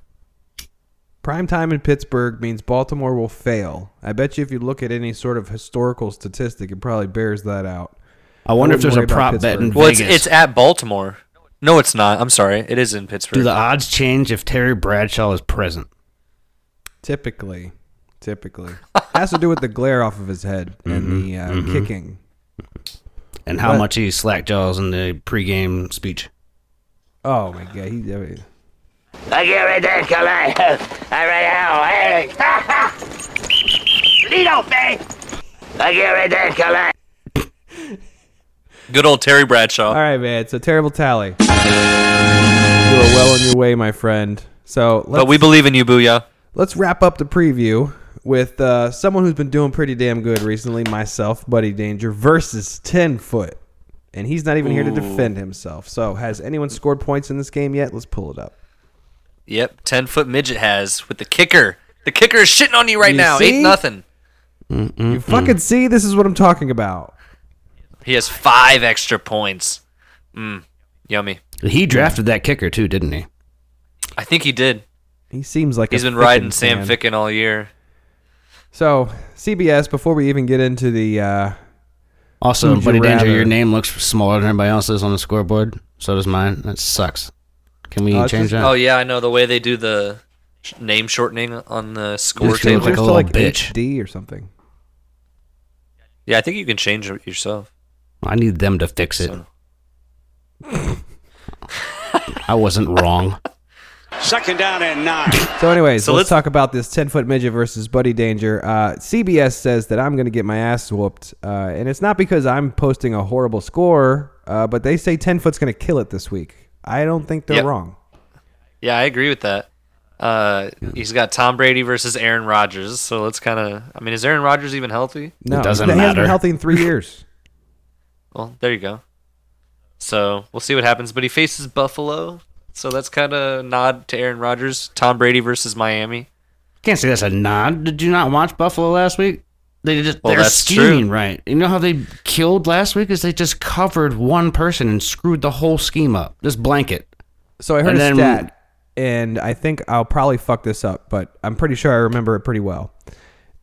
Prime time in Pittsburgh means Baltimore will fail. I bet you if you look at any sort of historical statistic, it probably bears that out.
I wonder if
wouldn't
there's
worry
a
about
prop bet in
Pittsburgh.
Well, it's,
Vegas.
it's at Baltimore. No, it's not. I'm sorry. It is in Pittsburgh.
Do the odds change if Terry Bradshaw is present?
Typically, typically has to do with the glare off of his head and the uh, kicking.
And how
What?
much he slack jaws in the pregame speech?
Oh my god, he. I mean,
Look here at this guy. All right now. Hey. Lito, babe. Look here at this guy.
Good old Terry Bradshaw.
All right, man. So terrible tally. You are well on your way, my friend. So let's,
But we believe in you, Booyah.
let's wrap up the preview with uh, someone who's been doing pretty damn good recently, myself, Buddy Danger, versus 10 foot. And he's not even here to defend himself. So has anyone scored points in this game yet? Let's pull it up.
Yep, ten foot midget has with the kicker. The kicker is shitting on you right
You
now.
see?
Eight nothing.
You fucking see? This is what I'm talking about.
He has five extra points. Mm, yummy.
Hmm.
He drafted that kicker too, didn't he?
I think he did.
He seems like
He's
a
been riding
Fickens
Sam
fan.
Ficken all year.
So CBS. Before we even get into the uh,
Also,
Who'd you
Buddy Danger,
rather?
your name looks smaller than everybody else's on the scoreboard. So does mine. That sucks. Can we
Oh, it's
change
just-
that?
Oh yeah, I know the way they do the sh- name shortening on the score
Just feel
table.
like a
still
little
like
bitch.
HD or something.
Yeah, I think you can change it yourself.
I need them to fix it.
So-
I wasn't wrong.
Second down and nine.
So, anyways,
So
let's,
let's-
talk about this 10 foot midget versus Buddy Danger. Uh, CBS says that I'm going to get my ass whooped. Uh, and it's not because I'm posting a horrible score, uh, but they say 10 foot's going to kill it this week. I don't think they're
Yep.
wrong.
Yeah, I agree with that. Uh, he's got Tom Brady versus Aaron Rodgers. So let's kind of. I mean, is Aaron Rodgers even healthy?
No, he hasn't
doesn't
been
matter.
healthy in three years.
Well, there you go. So we'll see what happens. But he faces Buffalo, so that's kind of nod to Aaron Rodgers. Tom Brady versus Miami.
Can't say that's a nod. Did you not watch Buffalo last week? They just
Well,
they're
that's
scheming
true.
right. You know how they killed last week is they just covered one person and screwed the whole scheme up. This blanket.
So I heard
And
a
then-
stat, and I think I'll probably fuck this up, but I'm pretty sure I remember it pretty well.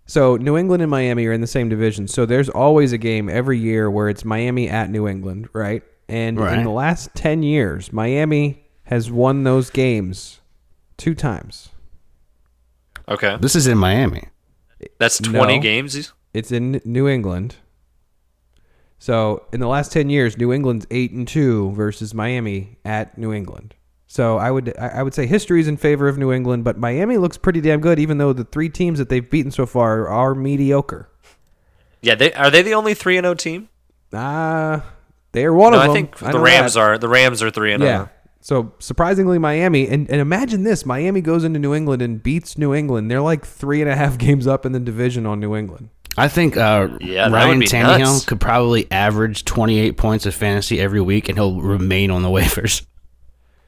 So New England and Miami are in the same division. So there's always a game every year where it's Miami at New England, right? And in
Right.
the last 10 years, Miami has won those games two times.
Okay,
This is in Miami.
that's twenty
No.
games. He's-
It's in New England. So in the last 10 years, New England's 8 and 2 versus Miami at New England. So I would I I would say history's in favor of New England, but Miami looks pretty damn good even though the three teams that they've beaten so far are mediocre.
Yeah, they are they the only three and O team?
Ah, they're one
No,
of them.
I think the
know
Rams uh,
that.
are. The Rams are three and oh.
Yeah.
O.
So surprisingly, Miami and, and imagine this: Miami goes into New England and beats New England. They're like three and a half games up in the division on New England.
I think uh,
Yeah, that
Ryan
would be
Tannehill
nuts.
could probably average 28 points of fantasy every week, and he'll remain on the waivers.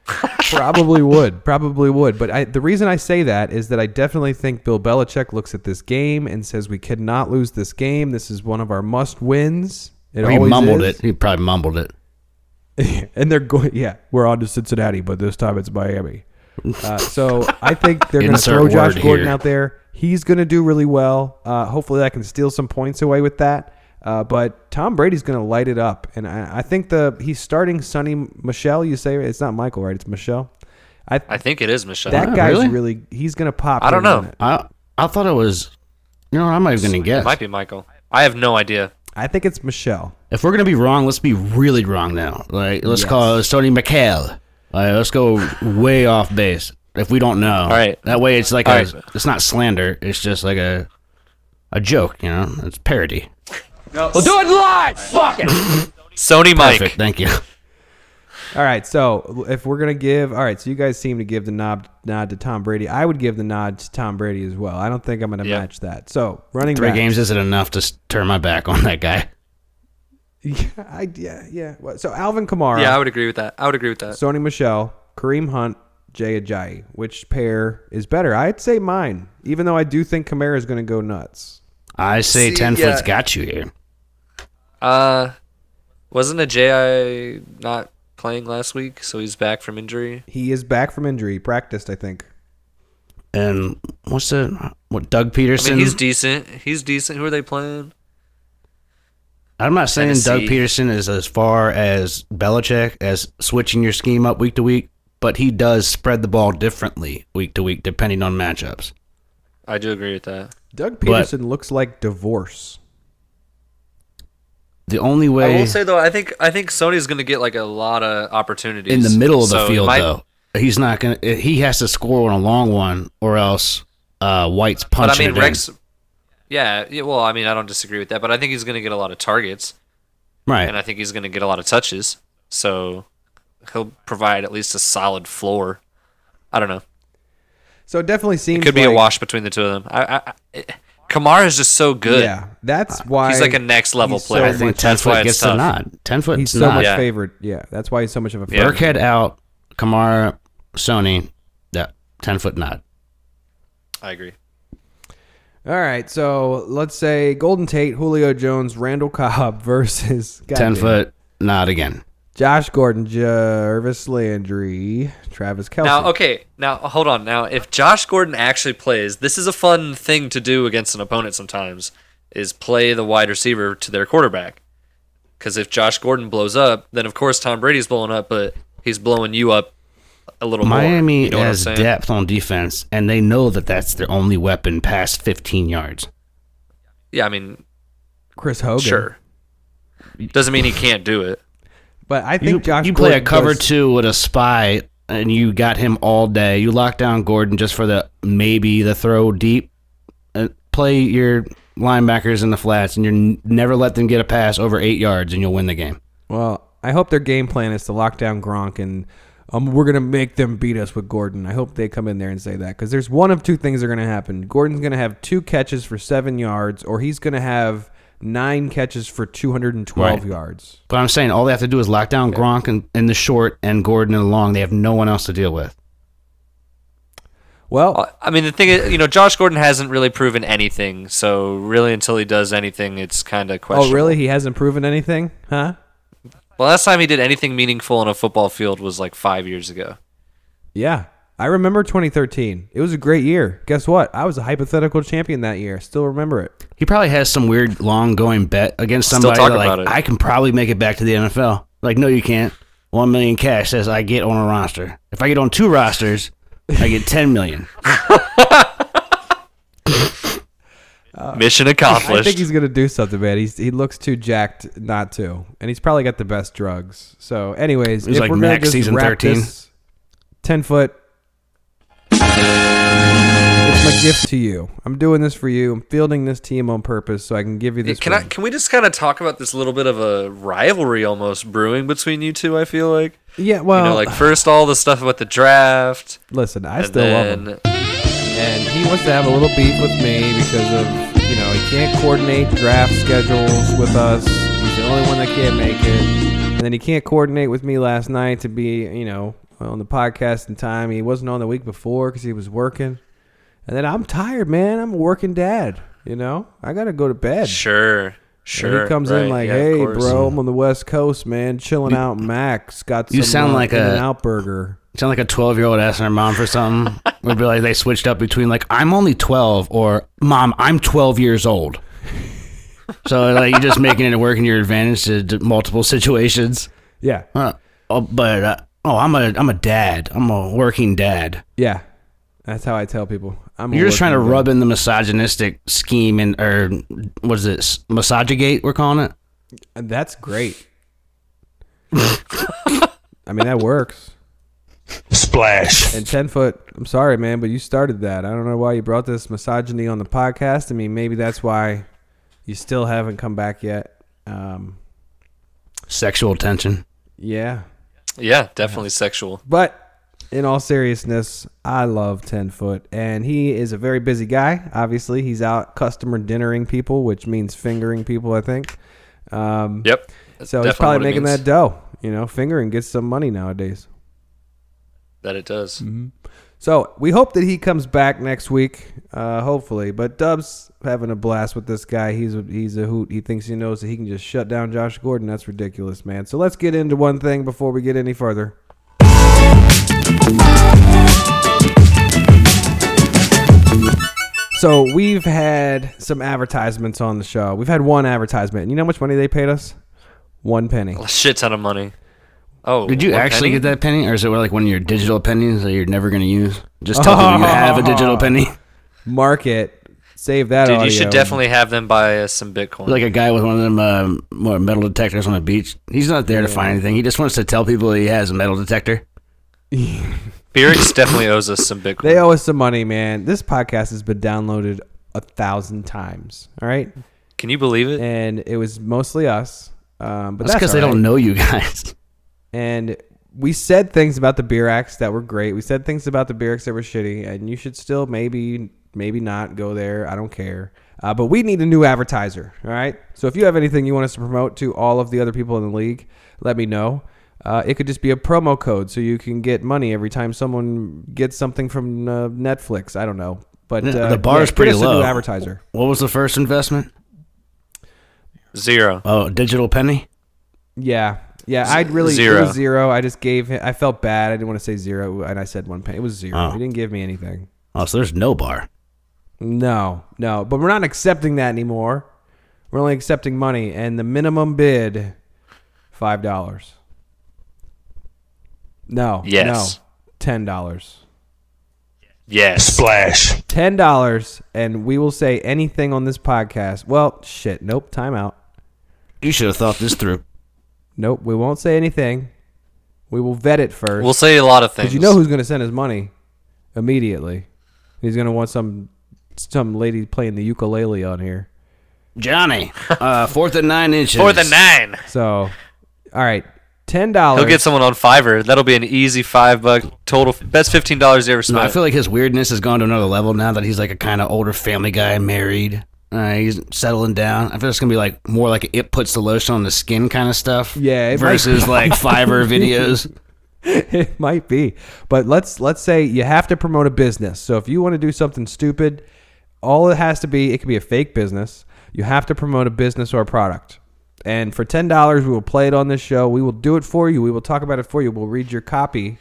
Probably would, probably would. But I, the reason I say that is that I definitely think Bill Belichick looks at this game and says, "We cannot lose this game. This is one of our must wins." It
He
always
mumbled
is.
it. He probably mumbled it.
and they're going. Yeah, we're on to Cincinnati, but this time it's Miami. Uh, so I think they're going to
Insert
throw Josh
word
Gordon
here.
out there. He's going to do really well. Uh, hopefully, I can steal some points away with that. Uh, but Tom Brady's going to light it up, and I, I think the he's starting Sonny Michelle. You say it's not Michael, right? It's Michelle. I,
I think it is Michelle.
that
Wow,
guy's
really?
really? he's going to pop.
I don't
here in a
know.
minute.
I I thought it was. You know, what, I'm not even going to
It might
guess.
be Michael. I have no idea.
I think it's Michelle.
If we're going to be wrong, let's be really wrong now. Like, let's call it Sony McHale. Like, let's go way off base. If we don't know, all
right.
That way, it's like
All
a,
right.
it's not slander. It's just like a a joke. You know, it's parody.
Sony Mike.
Perfect. Thank you.
All right, so if we're gonna give, all right, so you guys seem to give the nod nod to Tom Brady. I would give the nod to Tom Brady as well. I don't think I'm gonna
Yeah.
match that. So running
Three
back,
games isn't enough to s- turn my back on that guy.
yeah, I, yeah, yeah. Well, So Alvin Kamara,
Yeah, I would agree with that. I would agree with that.
Sony Michelle, Kareem Hunt, Jay Ajayi. Which pair is better? I'd say mine, even though I do think Kamara is gonna go nuts.
I say
See,
ten
yeah.
foot's got you here.
Uh, wasn't a J.I. not playing last week, so he's back from injury?
He is back from injury, he practiced, I think.
And what's the what Doug
I
Peterson?
mean, he's decent. He's decent. Who are they playing?
I'm not saying
Tennessee.
Doug Peterson is as far as Belichick as switching your scheme up week to week, but he does spread the ball differently week to week depending on matchups.
I do agree with that.
Doug Peterson looks like divorce.
The only
I
way
will say though, I think I think Sony's going to get like a lot of opportunities
in the middle of the
So it
field
might-
though, he's not gonna. He has to score on a long one, or else uh, White's punching.
But I mean,
it in.
Rex. Yeah, yeah. Well, I mean, I don't disagree with that, but I think he's going to get a lot of targets,
right?
and I think he's going to get a lot of touches. So he'll provide at least a solid floor. I don't know.
So it definitely seems
Could be a
like-
wash between the two of them. I, I, I Kamara is just so good.
Yeah, that's why
uh, He's like a next level
he's so
player.
I think
That's
ten
why
foot
it's
gets
tough.
the nod. Ten foot.
He's so
nod.
much
Yeah.
favored. Yeah, that's why he's so much of a favorite.
Yeah.
Burkhead out, Kamara, Sony. Yeah, ten foot nod.
I agree.
All right, so let's say Golden Tate, Julio Jones, Randall Cobb versus
Ten
goddamn,
foot nod again.
Josh Gordon, Jarvis Landry, Travis Kelsey.
Now, okay, now hold on. Now, if Josh Gordon actually plays, this is a fun thing to do against an opponent sometimes is play the wide receiver to their quarterback. Cuz if Josh Gordon blows up, then of course Tom Brady's blowing up, but he's blowing you up a little more.
Miami
You know what I'm
has
saying?
depth on defense, and they know that that's their only weapon past 15 yards.
Yeah, I mean,
Chris Hogan.
sure. Doesn't mean he can't do it.
but I think
You,
Josh
you play a
Gordon
cover
goes-
two with a spy, and you got him all day. You lock down Gordon just for the maybe the throw deep. Uh, play your linebackers in the flats, and you n- never let them get a pass over eight yards, and you'll win the game.
Well, I hope their game plan is to lock down Gronk and. Um, we're gonna make them beat us with Gordon. I hope they come in there and say that because there's one of two things that are gonna happen. Gordon's gonna have two catches for seven yards, or he's gonna have nine catches for 212
Right.
yards.
But I'm saying all they have to do is lock down Gronk in, in the short and Gordon in the long. They have no one else to deal with.
Well,
Well, I mean, the thing is, you know, Josh Gordon hasn't really proven anything. So, really, until he does anything, it's kind of questionable.
oh really? He hasn't proven anything, huh?
Well, last time he did anything meaningful on a football field was like five years ago.
Yeah. I remember 2013. It was a great year. Guess what? I was a hypothetical champion that year. I still remember it.
He probably has some weird long going bet against
Still
somebody.
talk
that, like,
about it.
I can probably make it back to the NFL. Like, no, you can't. One million cash says I get on a roster. If I get on two rosters, I get ten million.
Mission
Uh, I
accomplished.
think he's going to do something, man. He's, he looks too jacked not to. And he's probably got the best drugs. So, anyways,
He's
if
like
we're gonna
Max
just
season
wrap
13.
this 10 foot. It's a gift to you. I'm doing this for you. I'm fielding this team on purpose so I can give you this.
Can I?
ring.
Can we just kind of talk about this little bit of a rivalry almost brewing between you two? I feel like.
yeah, well,
you know, like first all the stuff about the draft,
listen, I
and
still love him.
then
and he wants to have a little beef with me because of you know he can't coordinate draft schedules with us. He's the only one that can't make it, and then he can't coordinate with me last night to be you know on the podcast in time. He wasn't on the week before because he was working, and then I'm tired, man. I'm a working dad. You know, I gotta go to bed.
sure,
And
sure.
he comes
right,
in like,
yeah, of
"Hey,
course."
bro, I'm on the West Coast, man, chilling out. Max got some
You sound
uh,
like a-
In-N-Out burger."
Sound like a 12 year old asking her mom for something. Would be like they switched up between like I'm only 12 or mom I'm 12 years old. So like you're just making it work in your advantage to d- multiple situations.
Yeah,
Huh. Oh, but uh, oh, I'm a I'm a dad. I'm a working dad.
yeah, that's how I tell people. I'm a
You're just trying to
working dad.
rub in the misogynistic scheme and or what is it? S- Misogygate? We're calling it.
And That's great. I mean, that works.
Splash.
And 10 foot, I'm sorry, man, but you started that. I don't know why you brought this misogyny on the podcast. I mean, maybe that's why you still haven't come back yet. Um,
Sexual tension.
yeah.
Yeah, definitely sexual.
But in all seriousness, I love 10 foot. And he is a very busy guy. Obviously, he's out customer dinnering people, which means fingering people, I think. Um,
Yep. that's
so he's
definitely what
probably
it
making
means.
that dough. You know, fingering gets some money nowadays.
That it does.
Mm-hmm. So we hope that he comes back next week, uh, hopefully. But Dub's having a blast with this guy. He's a, he's a hoot. He thinks he knows that he can just shut down Josh Gordon. That's ridiculous, man. So let's get into one thing before we get any further. So we've had some advertisements on the show. We've had one advertisement. And you know how much money they paid us? One penny.
A shit ton of money. Oh,
Did you
one
actually
penny?
get that penny, or is it like one of your digital pennies that you're never going to use? Just tell people you have a digital penny.
Mark it. Save that.
Dude, you
audio.
should definitely have them buy us some Bitcoin.
like a guy with one of them um, what, metal detectors on the beach. He's not there to find anything. He just wants to tell people he has a metal detector.
Beerix definitely owes us some Bitcoin.
They owe us some money, man. This podcast has been downloaded a thousand times. All right,
Can you believe it?
and it was mostly us. Um, but
That's because they
all right.
don't know you guys.
And we said things about the beer acts that were great. We said things about the beer acts that were shitty, and you should still maybe maybe not go there. I don't care. Uh, but we need a new advertiser. All right. So if you have anything you want us to promote to all of the other people in the league, let me know. Uh, it could just be a promo code, so you can get money every time someone gets something from uh, Netflix. I don't know, but
Yeah,
uh,
the bar is
get
pretty
us a new
low.
advertiser.
What was the first investment?
Zero.
Oh, a digital penny.
Yeah. Yeah, I'd really zero.
zero.
It was zero. I just gave him. I felt bad. I didn't want to say zero, and I said one penny. It was zero.
Oh.
He didn't give me anything.
Oh, so there's no bar.
No, no. But we're not accepting that anymore. We're only accepting money, and the minimum bid, five dollars. No.
Yes.
No. Ten dollars.
Yes.
Splash.
Ten dollars, and we will say anything on this podcast. Well, shit. Nope. Timeout.
You should have thought this through.
Nope. We won't say anything. We will vet it first.
We'll say a lot of things.
Because you know who's going to send his money immediately. He's going to want some some lady playing the ukulele on here.
Johnny, uh, fourth and nine inches.
More than nine.
So, all right, ten
He'll get
dollars.
someone on Fiverr. That'll be an easy five buck total. Best fifteen dollars you ever
No,
spent.
I feel like his weirdness has gone to another level now that he's like a kind of older family guy, married. Uh, he's settling down. I feel it's gonna be like more like it puts the lotion on the skin kind of stuff.
Yeah, it might
versus like Fiverr videos.
It might be, but let's let's say you have to promote a business. So if you want to do something stupid, all it has to be it could be a fake business. You have to promote a business or a product. And for ten dollars, we will play it on this show. We will do it for you. We will talk about it for you. We'll read your copy.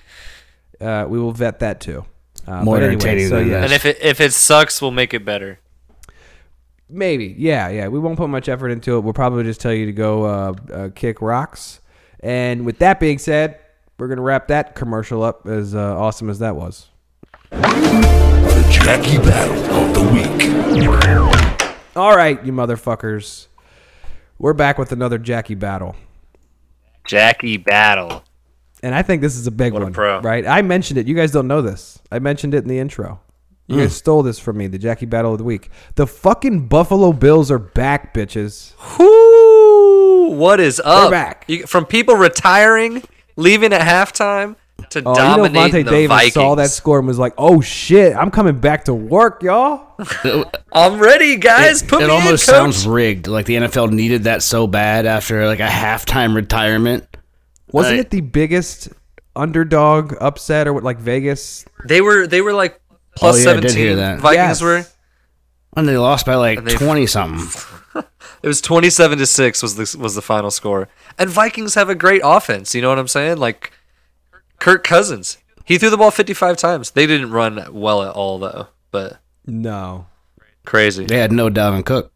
Uh, we will vet that too. Uh,
More
but
entertaining than that.
and if it if it sucks, we'll make it better.
Maybe. Yeah, yeah. We won't put much effort into it. We'll probably just tell you to go uh, uh, kick rocks. And with that being said, we're going to wrap that commercial up as uh, awesome as that was.
Jackie Battle of the Week.
All right, you motherfuckers. We're back with another Jackie battle.
Jackie Battle.
And I think this is a big
What a
one.
pro.
Right? I mentioned it. You guys don't know this. I mentioned it in the intro.
Hmm.
You guys stole this from me, the Jackie Battle of the Week. The fucking Buffalo Bills are back, bitches.
Whoo! What is up?
back.
You- from people retiring, leaving at halftime to
Oh, you
dominate
know Vontae
the
Davis
Vikings.
saw that score and was like, "Oh shit, I'm coming back to work, y'all."
I'm ready, guys. Put
it
me
almost
in, coach.
sounds rigged. Like the NFL needed that so bad after like a halftime retirement.
Wasn't
I-
it the biggest underdog upset or what? Like Vegas?
They were they were like plus
Oh, yeah, I did
17.
hear that.
Vikings
Yes.
were.
And they lost by like
And they-
twenty something.
It was 27 to 6 was the was the final score. And Vikings have a great offense, you know what I'm saying? Like Kirk Cousins. He threw the ball 55 times. They didn't run well at all though, but
No.
crazy.
They had no Dalvin Cook.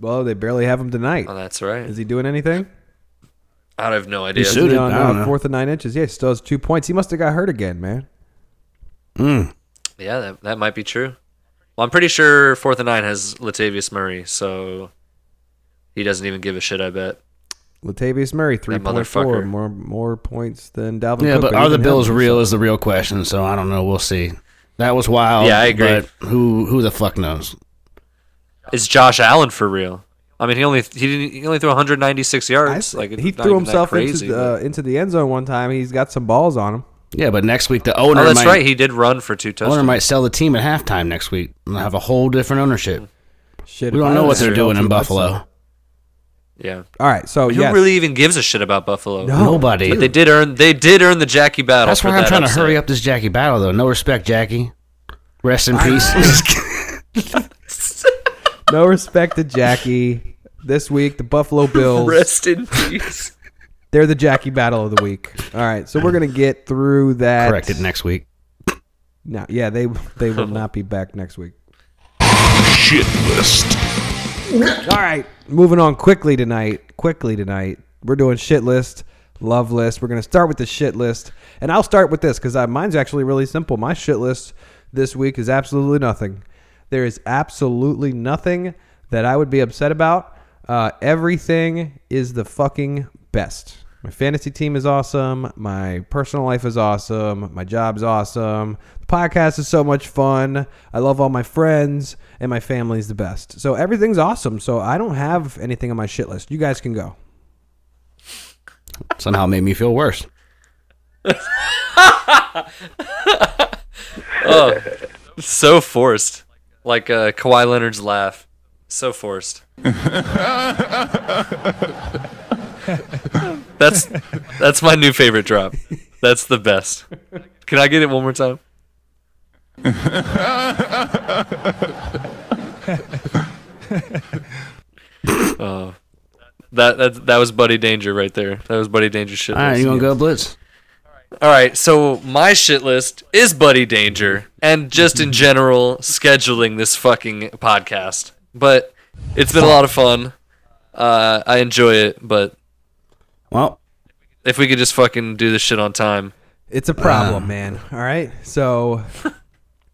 Well, they barely have him tonight.
Uh,
Oh, that's right.
Is he doing anything?
I have no idea.
should- Dude,
He's on
I don't
uh,
know.
fourth and nine inches. Yeah, he still has two points. He must have got hurt again, man.
Yeah, that, that might be true. Well, I'm pretty sure fourth and nine has Latavius Murray, so he doesn't even give a shit. I bet.
Latavius Murray, three point four,
motherfucker.
more more points than Dalvin.
Yeah,
Cook,
but are the
even him-
Bills real? Is the real question. So I don't know. We'll see. That was wild.
Yeah, I agree.
But who who the fuck knows?
Is Josh Allen for real? I mean, he only he didn't he only threw 196
I-
yards. like
he
not
threw
even that
himself
crazy,
into the uh,
but-
into the end zone one time. He's got some balls on him.
Yeah, but next week the owner
oh, that's
might
right. He did run for two touchdowns.
owner might sell the team at halftime next week and have a whole different ownership.
Shit,
We
if
don't
I
know what
was
they're
there,
doing in
I'd
Buffalo.
yeah.
All right, so
Who
yes.
really even gives a shit about Buffalo?
No.
Nobody.
But they did earn they did earn the Jackie battle.
That's
for
why I'm
that
trying
upset.
to hurry up this Jackie battle, though. No respect, Jackie. Rest in peace. Just kidding.
no respect to Jackie. This week, the Buffalo Bills.
Rest in peace.
They're the Jackie battle of the week. All right, so we're gonna get through that.
Correct it next week.
No, yeah, they they will not be back next week.
Shit list.
All right, moving on quickly tonight. Quickly tonight, we're doing shit list, love list. We're gonna start with the shit list, and I'll start with this because mine's actually really simple. My shit list this week is absolutely nothing. There is absolutely nothing that I would be upset about. Uh, everything is the fucking best. My fantasy team is awesome. My personal life is awesome. My job's awesome. The podcast is so much fun. I love all my friends, and my family's the best. So everything's awesome. So I don't have anything on my shit list. You guys can go.
Somehow made me feel worse.
so forced. Like uh, Kawhi Leonard's laugh. So forced. that's that's my new favorite drop. That's the best. Can I get it one more time? Oh, that, that that was Buddy Danger right there. That was Buddy Danger shit.
All right,
list.
you gonna go blitz?
All right, so my shit list is Buddy Danger and just in general scheduling this fucking podcast. But it's been a lot of fun. Uh, I enjoy it, but
Well,
if we could just fucking do this shit on time,
It's a
Uh.
problem, man. All right. So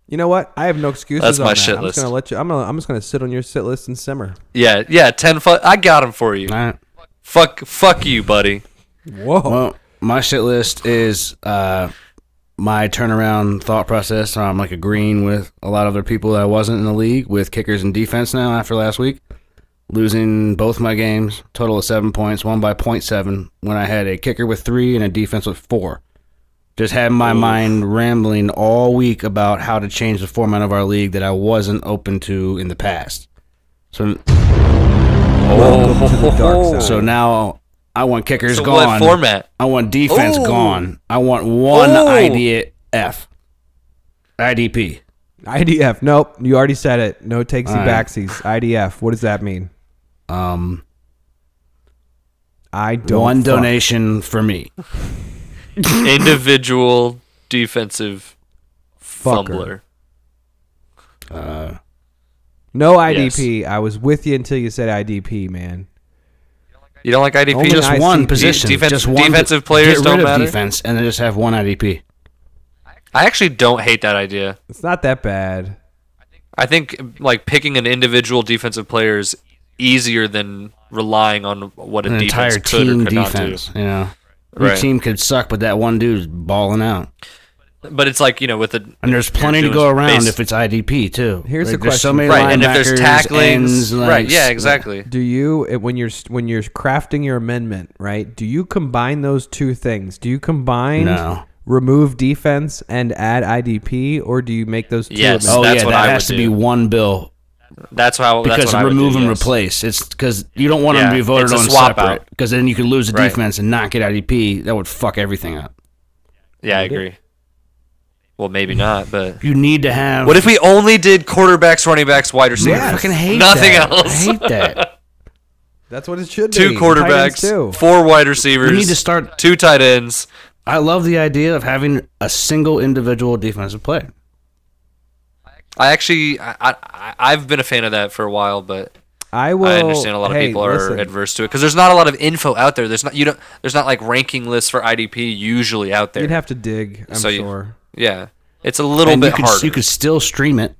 you know what? I have no excuses.
That's
on
my
that.
shit
I'm
list.
Just gonna let you. I'm gonna. I'm just gonna sit on your shit list and simmer.
yeah, yeah, ten. Fu- I got him for you.
all right.
Fuck, fuck you, buddy.
Whoa.
Well, my shit list is uh, my turnaround thought process. I'm like agreeing with a lot of other people that I wasn't in the league with kickers and defense now after last week. Losing both my games, total of seven points, one by point seven when I had a kicker with three and a defense with four. Just had my mind rambling all week about how to change the format of our league that I wasn't open to in the past. So,
Welcome to the dark side.
so now I want kickers
So
gone.
what format?
I want defense
Ooh.
gone. I want one
Ooh.
IDF. IDP.
IDF. Nope. You already said it. No takesy
All right.
backsies. IDF. What does that mean?
Um,
I don't.
one
fuck.
donation for me.
Individual defensive
Fucker.
fumbler.
No IDP. I was with you until you said IDP, man.
You don't like IDP?
Only
Just
ICP.
one position.
Defense-
just one
defensive players
get
don't
rid of
matter?
defense, and then just have one IDP.
I actually don't hate that idea.
It's not that bad.
I think like picking an individual defensive player is easier than relying on what a
An
defense
entire
could or
team
could
defense.
not
You know,
do.
your team could suck, but that one dude's balling out.
But it's like you know with the
And there's plenty to
doing
go around
base-
if it's IDP too.
Here's
like,
the
there's So
question.
many
right, and if there's
linebackers,
tacklings,
ends, like,
right? Yeah,
s-
exactly.
Do you it- when you're when you're crafting your amendment, right? Do you combine those two things? Do you combine
No.
remove defense and add IDP, or do you make those two?
Yes.
amendments?
Oh
That's
yeah,
what
that
I would
has to
do.
be one bill
That's how that's
because
what I would
remove
do,
and
yes.
replace. It's because you don't want them to
Yeah,
be voted
it's a
on
swap
separate
out.
because then you could lose the
Right.
defense and not get IDP. That would fuck everything up.
Yeah, I agree. Well, maybe not, but
You need to have.
what if we only did quarterbacks, running backs, wide receivers?
I fucking hate
nothing
that.
else.
I hate that. Oh.
That's what it should
two
be.
quarterbacks,
Titans too.
four wide receivers.
We need to start-
two tight ends.
I love the idea of having a single individual defensive player.
I actually, I, I, I've been a fan of that for a while, but
I will.
I understand a lot of
hey,
people are
listen,
adverse to it because there's not a lot of info out there. There's not you don't there's not like ranking lists for IDP usually out there.
You'd have to dig. I'm
So you-
sure.
yeah, it's a little
And
bit
you could,
harder.
You could still stream it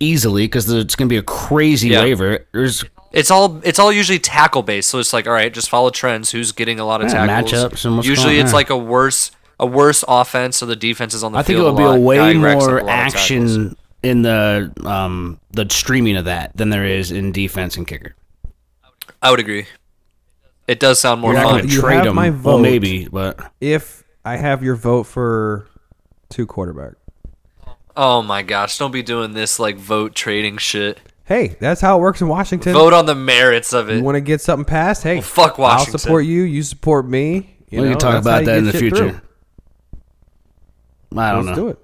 easily because it's going to be a crazy
Yeah.
waiver. There's
It's all it's all usually tackle based, so it's like all right, just follow trends. Who's getting a lot of
Yeah,
tackles?
matchups and what's
usually
going
it's
on.
like a worse a worse offense, so the defense is on the
I think it
field.
would be
lot.
a way
Guy racks up a lot
more
of tackles.
action in the um the streaming of that than there is in defense and kicker.
I would agree. It does sound more
We're not
fun.
going to
You
trade
have
them.
my
Well,
vote.
maybe, but
If I have your vote for two quarterback,
Oh my gosh, don't be doing this like vote trading shit.
hey, that's how it works in Washington.
Vote on the merits of it.
You want to get something passed? Hey,
fuck
I'll
Washington.
support you. You support me. You
we
know,
can talk
that's how
about
you
that in the
get shit through.
future. I don't
Let's
know.
do it.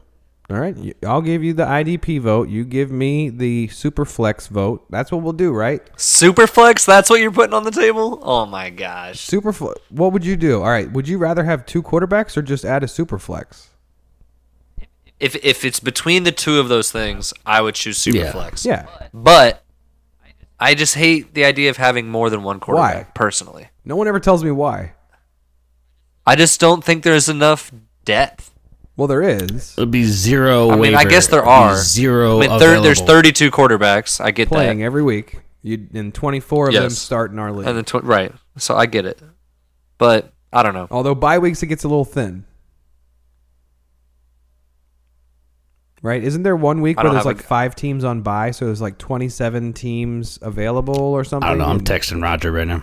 All right. You- I'll give you the IDP vote. You give me the super flex vote. That's what we'll do, right?
Superflex, that's what you're putting on the table? Oh my gosh.
Super flex. What would you do? All right. Would you rather have two quarterbacks or just add a super flex?
If if it's between the two of those things, I would choose Superflex.
Yeah.
But I just hate the idea of having more than one quarterback
Why?
personally.
No one ever tells me why.
I just don't think there's enough depth.
Well, there is
It'd be zero.
I mean, I
waiver.
guess there
It'd be
are
zero.
I mean, thir- there's
available.
32 quarterbacks. I get
playing
that.
every week. You and 24 of them
Yes.
start in our league.
And then tw- right, so I get it. But I don't know.
Although bye weeks it gets a little thin. Right? Isn't there one week
I
where
don't
there's
have a
like
g-
five teams on bye, so there's like 27 teams available or something?
I don't know. I'm
And
texting Roger right now.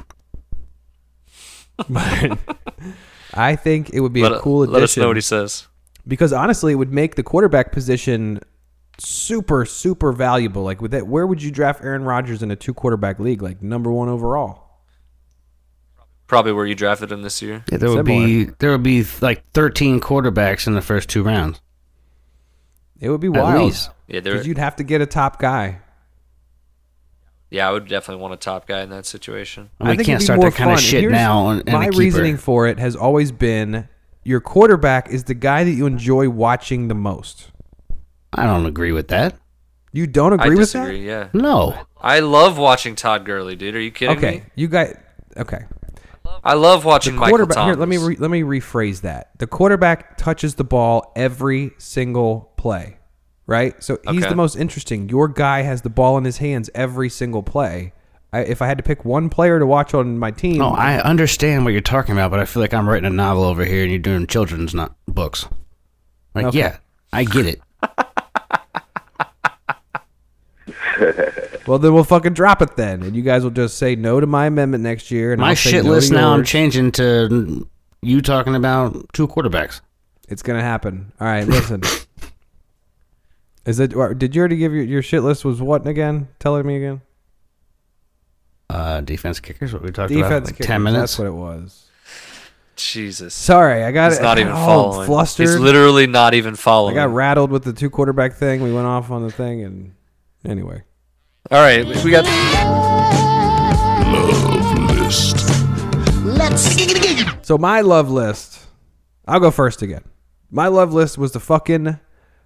I think it would be a
Let,
cool addition.
let us know what he says.
because honestly, it would make the quarterback position super, super valuable. Like with that, where would you draft Aaron Rodgers in a two quarterback league? Like number one overall.
Probably where you drafted him this year.
Yeah, there would be there would be like 13 quarterbacks in the first two rounds.
It would be
At
wild.
least.
Yeah, there.
Because you'd have to get a top guy.
Yeah, I would definitely want a top guy in that situation.
And we
think it'd
can't
be
start
more
that kind of
fun. And
shit
here's-
now. on- and
my
a keeper.
reasoning for it has always been your quarterback is the guy that you enjoy watching the most.
I don't agree with that.
You don't agree
I
with
disagree. Yeah,
No,
I love watching Todd Gurley, dude. Are you
that?
kidding
Okay,
me?
you guys. Okay,
I love watching Michael
quarterback.
Thomas.
Here, let me re, let me rephrase that. The quarterback touches the ball every single play, right? So he's
Okay.
the most interesting. Your guy has the ball in his hands every single play. I, if I had to pick one player to watch on my team,
no. I understand what you're talking about, but I feel like I'm writing a novel over here, and you're doing children's not books. Like,
Okay.
yeah, I get it.
well then we'll fucking drop it then, and you guys will just say no to my amendment next year. And
My
I'll say
shit
no to
list now. I'm
yours.
changing to you talking about two quarterbacks.
It's gonna happen. All right, listen. Is it? or Did you already give your your shit list? Was what again? Tell me again.
Uh, defense kickers. What we talked about.
Defense.
Like
kickers,
ten minutes.
That's what it was.
Jesus,
Sorry, I got
he's
it.
not even
all
following.
Flustered.
He's literally not even
I
following.
got rattled with the two quarterback thing. We went off on the thing, and anyway,
All right, we got.
Love list.
so my love list. I'll go first again. My love list was the fucking,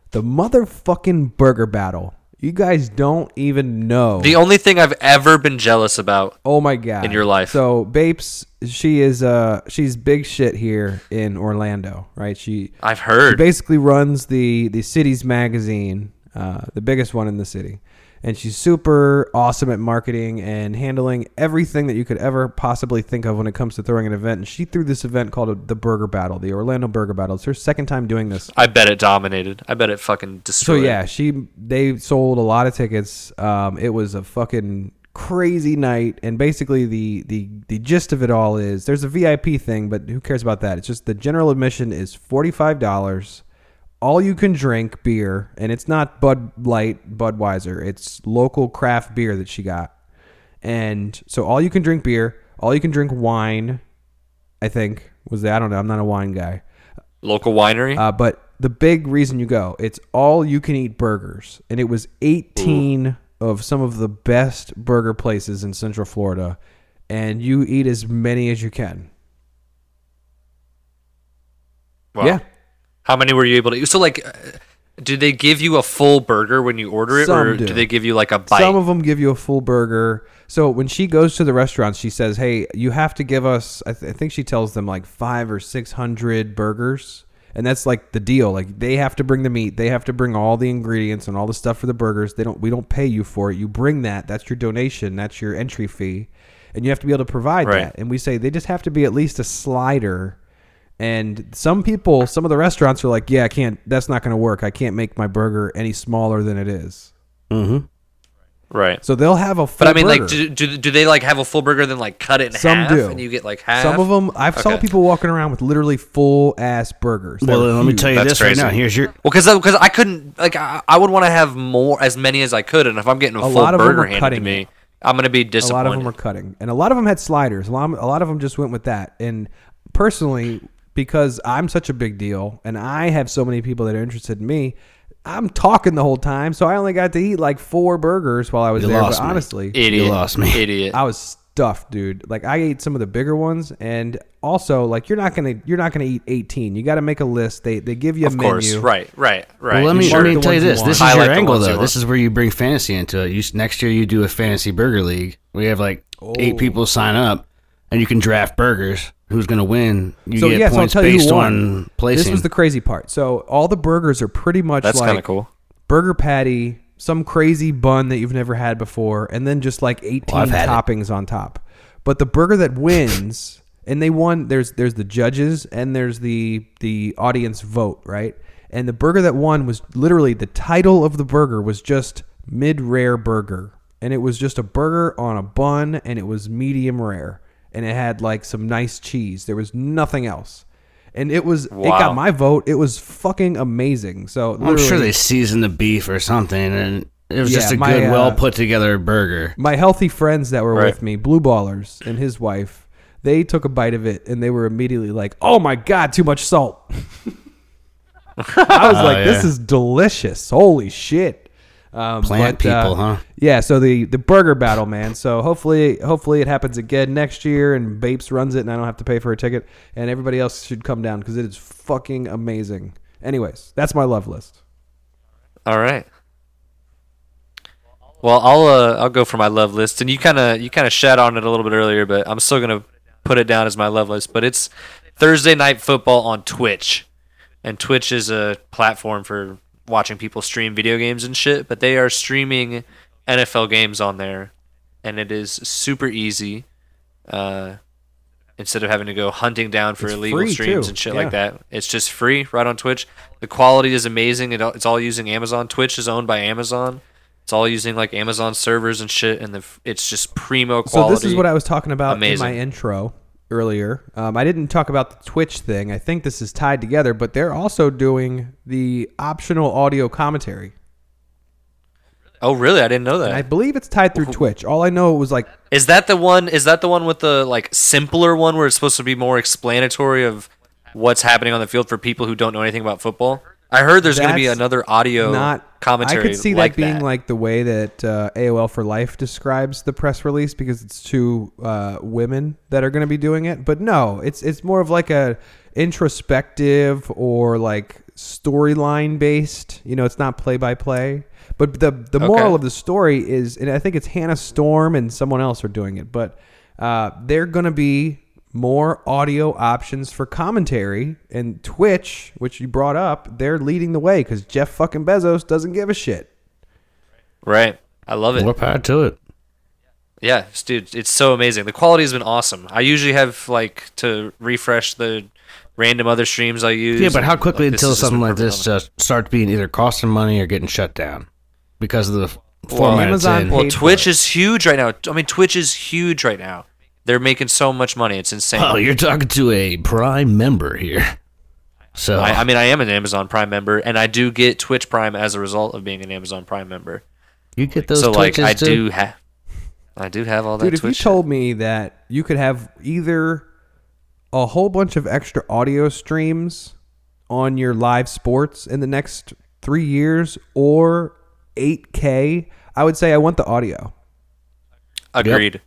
the motherfucking burger battle. You guys don't even know.
The only thing I've ever been jealous about.
Oh my god!
in your life.
So Bapes, she is uh she's big shit here in Orlando, right? She
I've
she
heard.
basically runs the the city's magazine, uh, the biggest one in the city, and she's super awesome at marketing and handling everything that you could ever possibly think of when it comes to throwing an event. And she threw this event called the Burger Battle, the Orlando Burger Battle. It's her second time doing this.
I bet it dominated. I bet it fucking
So
destroyed.
yeah, she they sold a lot of tickets. Um, it was a fucking crazy night, and basically the the the gist of it all is there's a VIP thing, but who cares about that? It's just the general admission is forty five dollars. All you can drink beer, and it's not Bud Light, Budweiser. It's local craft beer that she got, and so all you can drink beer, all you can drink wine. I think was the, I don't know. I'm not a wine guy.
Local winery.
Uh, but the big reason you go, it's all you can eat burgers, and it was 18 of some of the best burger places in Central Florida, and you eat as many as you can.
Wow.
Yeah,
How many were you able to? So like, uh, do they give you a full burger when you order it,
Some
or
do.
do they give you like a bite?
some of them give you a full burger. So when she goes to the restaurants, she says, "Hey, you have to give us." I, th- I think she tells them like five or six hundred burgers. And that's like the deal. Like they have to bring the meat, they have to bring all the ingredients and all the stuff for the burgers. They don't we don't pay you for it. You bring that. That's your donation. That's your entry fee. And you have to be able to provide
Right.
that. And we say they just have to be at least a slider. And some people, some of the restaurants are like, "Yeah, I can't. That's not going to work. I can't make my burger any smaller than it is."
right.
So they'll have a full
But I mean,
burger.
like, do, do do they like have a full burger then like cut it in
Some
half
do.
and you get like half?
Some of them, I saw
Okay.
people walking around with literally full ass burgers. They
Well,
were
then let me
huge.
tell you
That's
this
crazy.
right now. Here's your
Well, because because I couldn't like I, I would want to have more as many as I could, and if I'm getting a, full
lot of 'em
burger
are
handed to
cutting
me,
it.
I'm gonna be
A lot
disappointed.
of them are cutting, and a lot of them had sliders. A lot, a lot of them just went with that. And personally, because I'm such a big deal, and I have so many people that are interested in me, I'm talking the whole time. So I only got to eat like four burgers while I was
You
there.
lost
but
me.
honestly,
idiot.
You lost me.
Idiot.
I was stuffed, dude. Like I ate some of the bigger ones, and also like you're not gonna you're not gonna eat 18. You got to make a list. They they give you a
of
menu.
course. Right. Right. Right.
Well, let me,
Sure.
let me
the
tell you
ones you
this. This is
want. I
your
like the
angle,
ones you
though. This
want.
is where you bring fantasy into it. You, s- next year, you do a fantasy burger league. We have like
Oh.
eight people sign up, and you can draft burgers. Who's going to win? You
So
get
yeah, so I'll
points
tell you
based
who
on
won.
placing.
This was the crazy part. So all the burgers are pretty much
That's
like
kinda cool.
burger patty, some crazy bun that you've never had before, and then just like eighteen
I've had it.
toppings on top. But the burger that wins, and they won. There's there's the judges and there's the the audience vote, right? And the burger that won was literally the title of the burger was just mid rare burger, and it was just a burger on a bun, and it was medium rare, and it had like some nice cheese. There was nothing else. And it was it got
Wow.
my vote. It was fucking amazing. So
I'm sure
literally-
they seasoned the beef or something, and it was
Yeah,
just a
my,
good,
uh,
well put together burger.
my healthy friends that were
Right.
with me, Blue Ballers and his wife, they took a bite of it and they were immediately like, "Oh my god, too much salt." I was like, "This
Oh, yeah.
is delicious. Holy shit." Um,
Plant
but, uh,
people, huh?
Yeah, so the the burger battle, man. So hopefully, hopefully it happens again next year, and Bapes runs it, and I don't have to pay for a ticket, and everybody else should come down because it is fucking amazing. Anyways, that's my love list.
All right. Well, I'll uh, I'll go for my love list, and you kind of you kind of shat on it a little bit earlier, but I'm still gonna put it down as my love list. But it's Thursday night football on Twitch, and Twitch is a platform for watching people stream video games and shit. But they are streaming NFL games on there, and it is super easy. Uh, instead of having to go hunting down for
It's
illegal
free,
streams
too.
and shit
Yeah.
like that, it's just free right on Twitch. The quality is amazing. It, it's all using Amazon. Twitch is owned by Amazon. It's all using like Amazon servers and shit, and the f- it's just primo quality.
So this is what I was talking about
Amazing.
in my intro earlier. Um, I didn't talk about the Twitch thing. I think this is tied together, but they're also doing the optional audio commentary.
Oh, really? I didn't know that.
And I
Is
believe it's tied through Twitch. All I know was like
that the one? Is that the one with the like simpler one where it's supposed to be more explanatory of what's happening on the field for people who don't know anything about football? I heard there's going to be
That's
another audio
not
Oh, commentary.
I could see
like
that being like the way that uh, AOL for Life describes the press release because it's two uh, women that are going to be doing it. But no, it's it's more of like a introspective or like storyline based. You know, it's not play by play. But the the moral of the story is, and I think it's Hannah Storm and someone else are doing it. But uh, they're going to be more audio options for commentary and Twitch, which you brought up, they're leading the way because Jeff fucking Bezos doesn't give a shit.
right. I love it.
More power to it.
Yeah, it's- dude, it's so amazing. The quality has been awesome. I usually have like to refresh the random other streams I use.
Yeah, but how
Like,
quickly
this
until
has just
something
been
like this
perfect on
just starts being either costing money or getting shut down because of the f- format it's
Amazon
in?
it. Well,
paid for
Twitch is huge right now. I mean, Twitch is huge right now. They're making so much money. It's insane.
Oh, you're talking to a prime member here. So
I, I mean, I am an Amazon Prime member, and I do get Twitch Prime as a result of being an Amazon Prime member.
you get those
so, like,
Twitches
I
too?
do have, I do have all that
Dude, if
Twitch.
you told me that you could have either a whole bunch of extra audio streams on your live sports in the next three years or 8K, I would say I want the audio.
Agreed.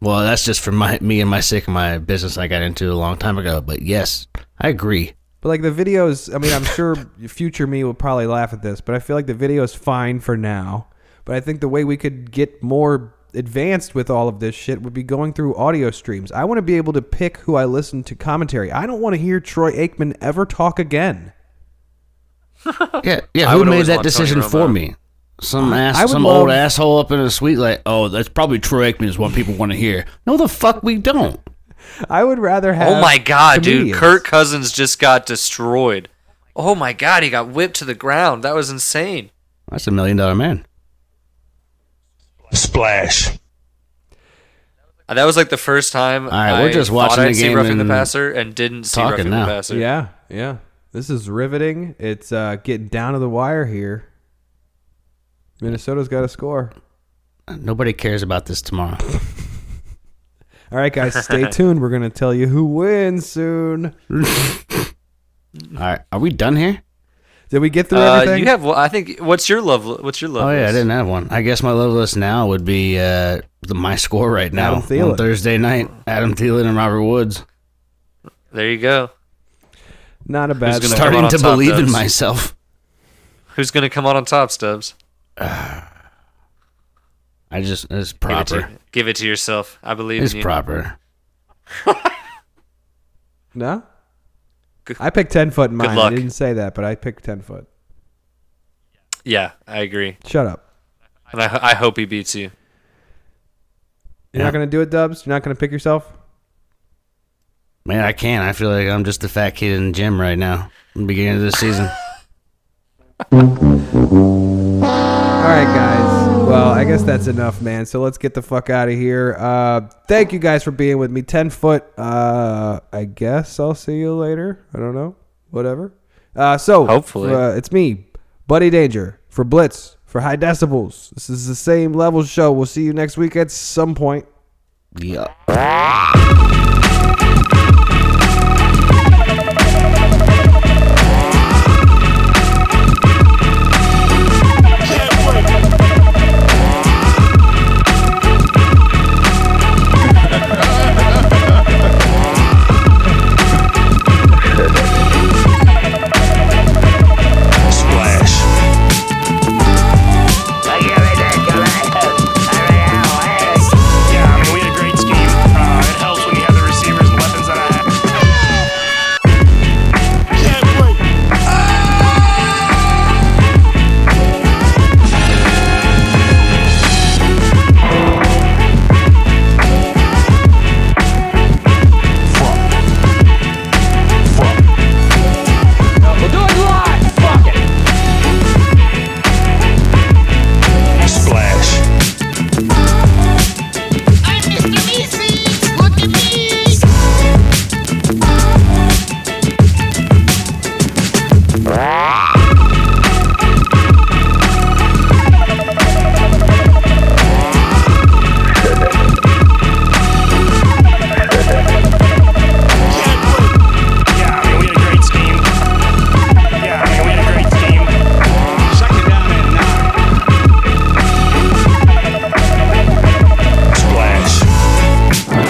Well, that's just for my me and my sake of my business I got into a long time ago. But yes, I agree.
But like the videos, I mean, I'm sure future me will probably laugh at this, but I feel like the video is fine for now. But I think the way we could get more advanced with all of this shit would be going through audio streams. I want to be able to pick who I listen to commentary. I don't want to hear Troy Aikman ever talk again.
Yeah, yeah.
I
Who
would
made
always
that
want Tony
decision
Romo.
for me? Some
I
ass,
would
some
love-
old asshole up in a suite. Like, oh, that's probably Troy Aikman is what people want to hear. No, the fuck we don't.
I would rather have.
Oh my god, dude!
comedians.
Kirk Cousins just got destroyed. Oh my god, he got whipped to the ground. That was insane.
That's a million dollar man.
Splash.
Uh, That was like the first time. All
right, we're just watching the
I'd see
game
roughing the
and
passer and didn't see
talking
roughing
now.
the passer.
Yeah, yeah. This is riveting. It's uh, getting down to the wire here. Minnesota's got to score.
Nobody cares about this tomorrow.
All right, guys, stay tuned. We're gonna tell you who wins soon.
All right, are we done here?
Did we get through
Uh,
everything?
you have. Well, I think. What's your love? What's your love?
Oh yeah, I
list?
didn't have one. I guess my love list now would be uh, the, my score right now
Adam Thielen.
on Thursday night. Adam Thielen and Robert Woods.
There you go.
Not a bad.
gonna-
one.
come out
Starting
on
to
top,
believe in
Dubs.
myself.
Who's gonna come out on top, Stubbs?
I just it's
Give it, to,
proper.
give it to yourself. I believe
It's
in you.
proper.
No. I picked ten foot in mine.
luck.
I didn't say that, but I picked ten foot.
yeah, I agree,
Shut up.
and I, ho- I hope he beats you.
You're not gonna do it, Dubs. You're not gonna pick yourself.
Man, I can't. I feel like I'm just the fat kid in the gym right now. in The beginning of this season.
All right, guys. Well, I guess that's enough, man. So let's get the fuck out of here. Uh, thank you guys for being with me. Ten foot. Uh, I guess I'll see you later. I don't know. Whatever. Uh, so
Hopefully.
uh, it's me, Buddy Danger, for Blitz, for High Decibels. This is the same level show. We'll see you next week at some point.
yeah.
Splash.
Yeah, I mean, we had a great scheme. Uh, it helps when you have the receivers and weapons that I have.
Splash.
I'm Mr. Measles. Look at me.
Yeah, I mean, we had a great scheme. Yeah, I mean, we had a great scheme. Shut it down at nine.
Splash.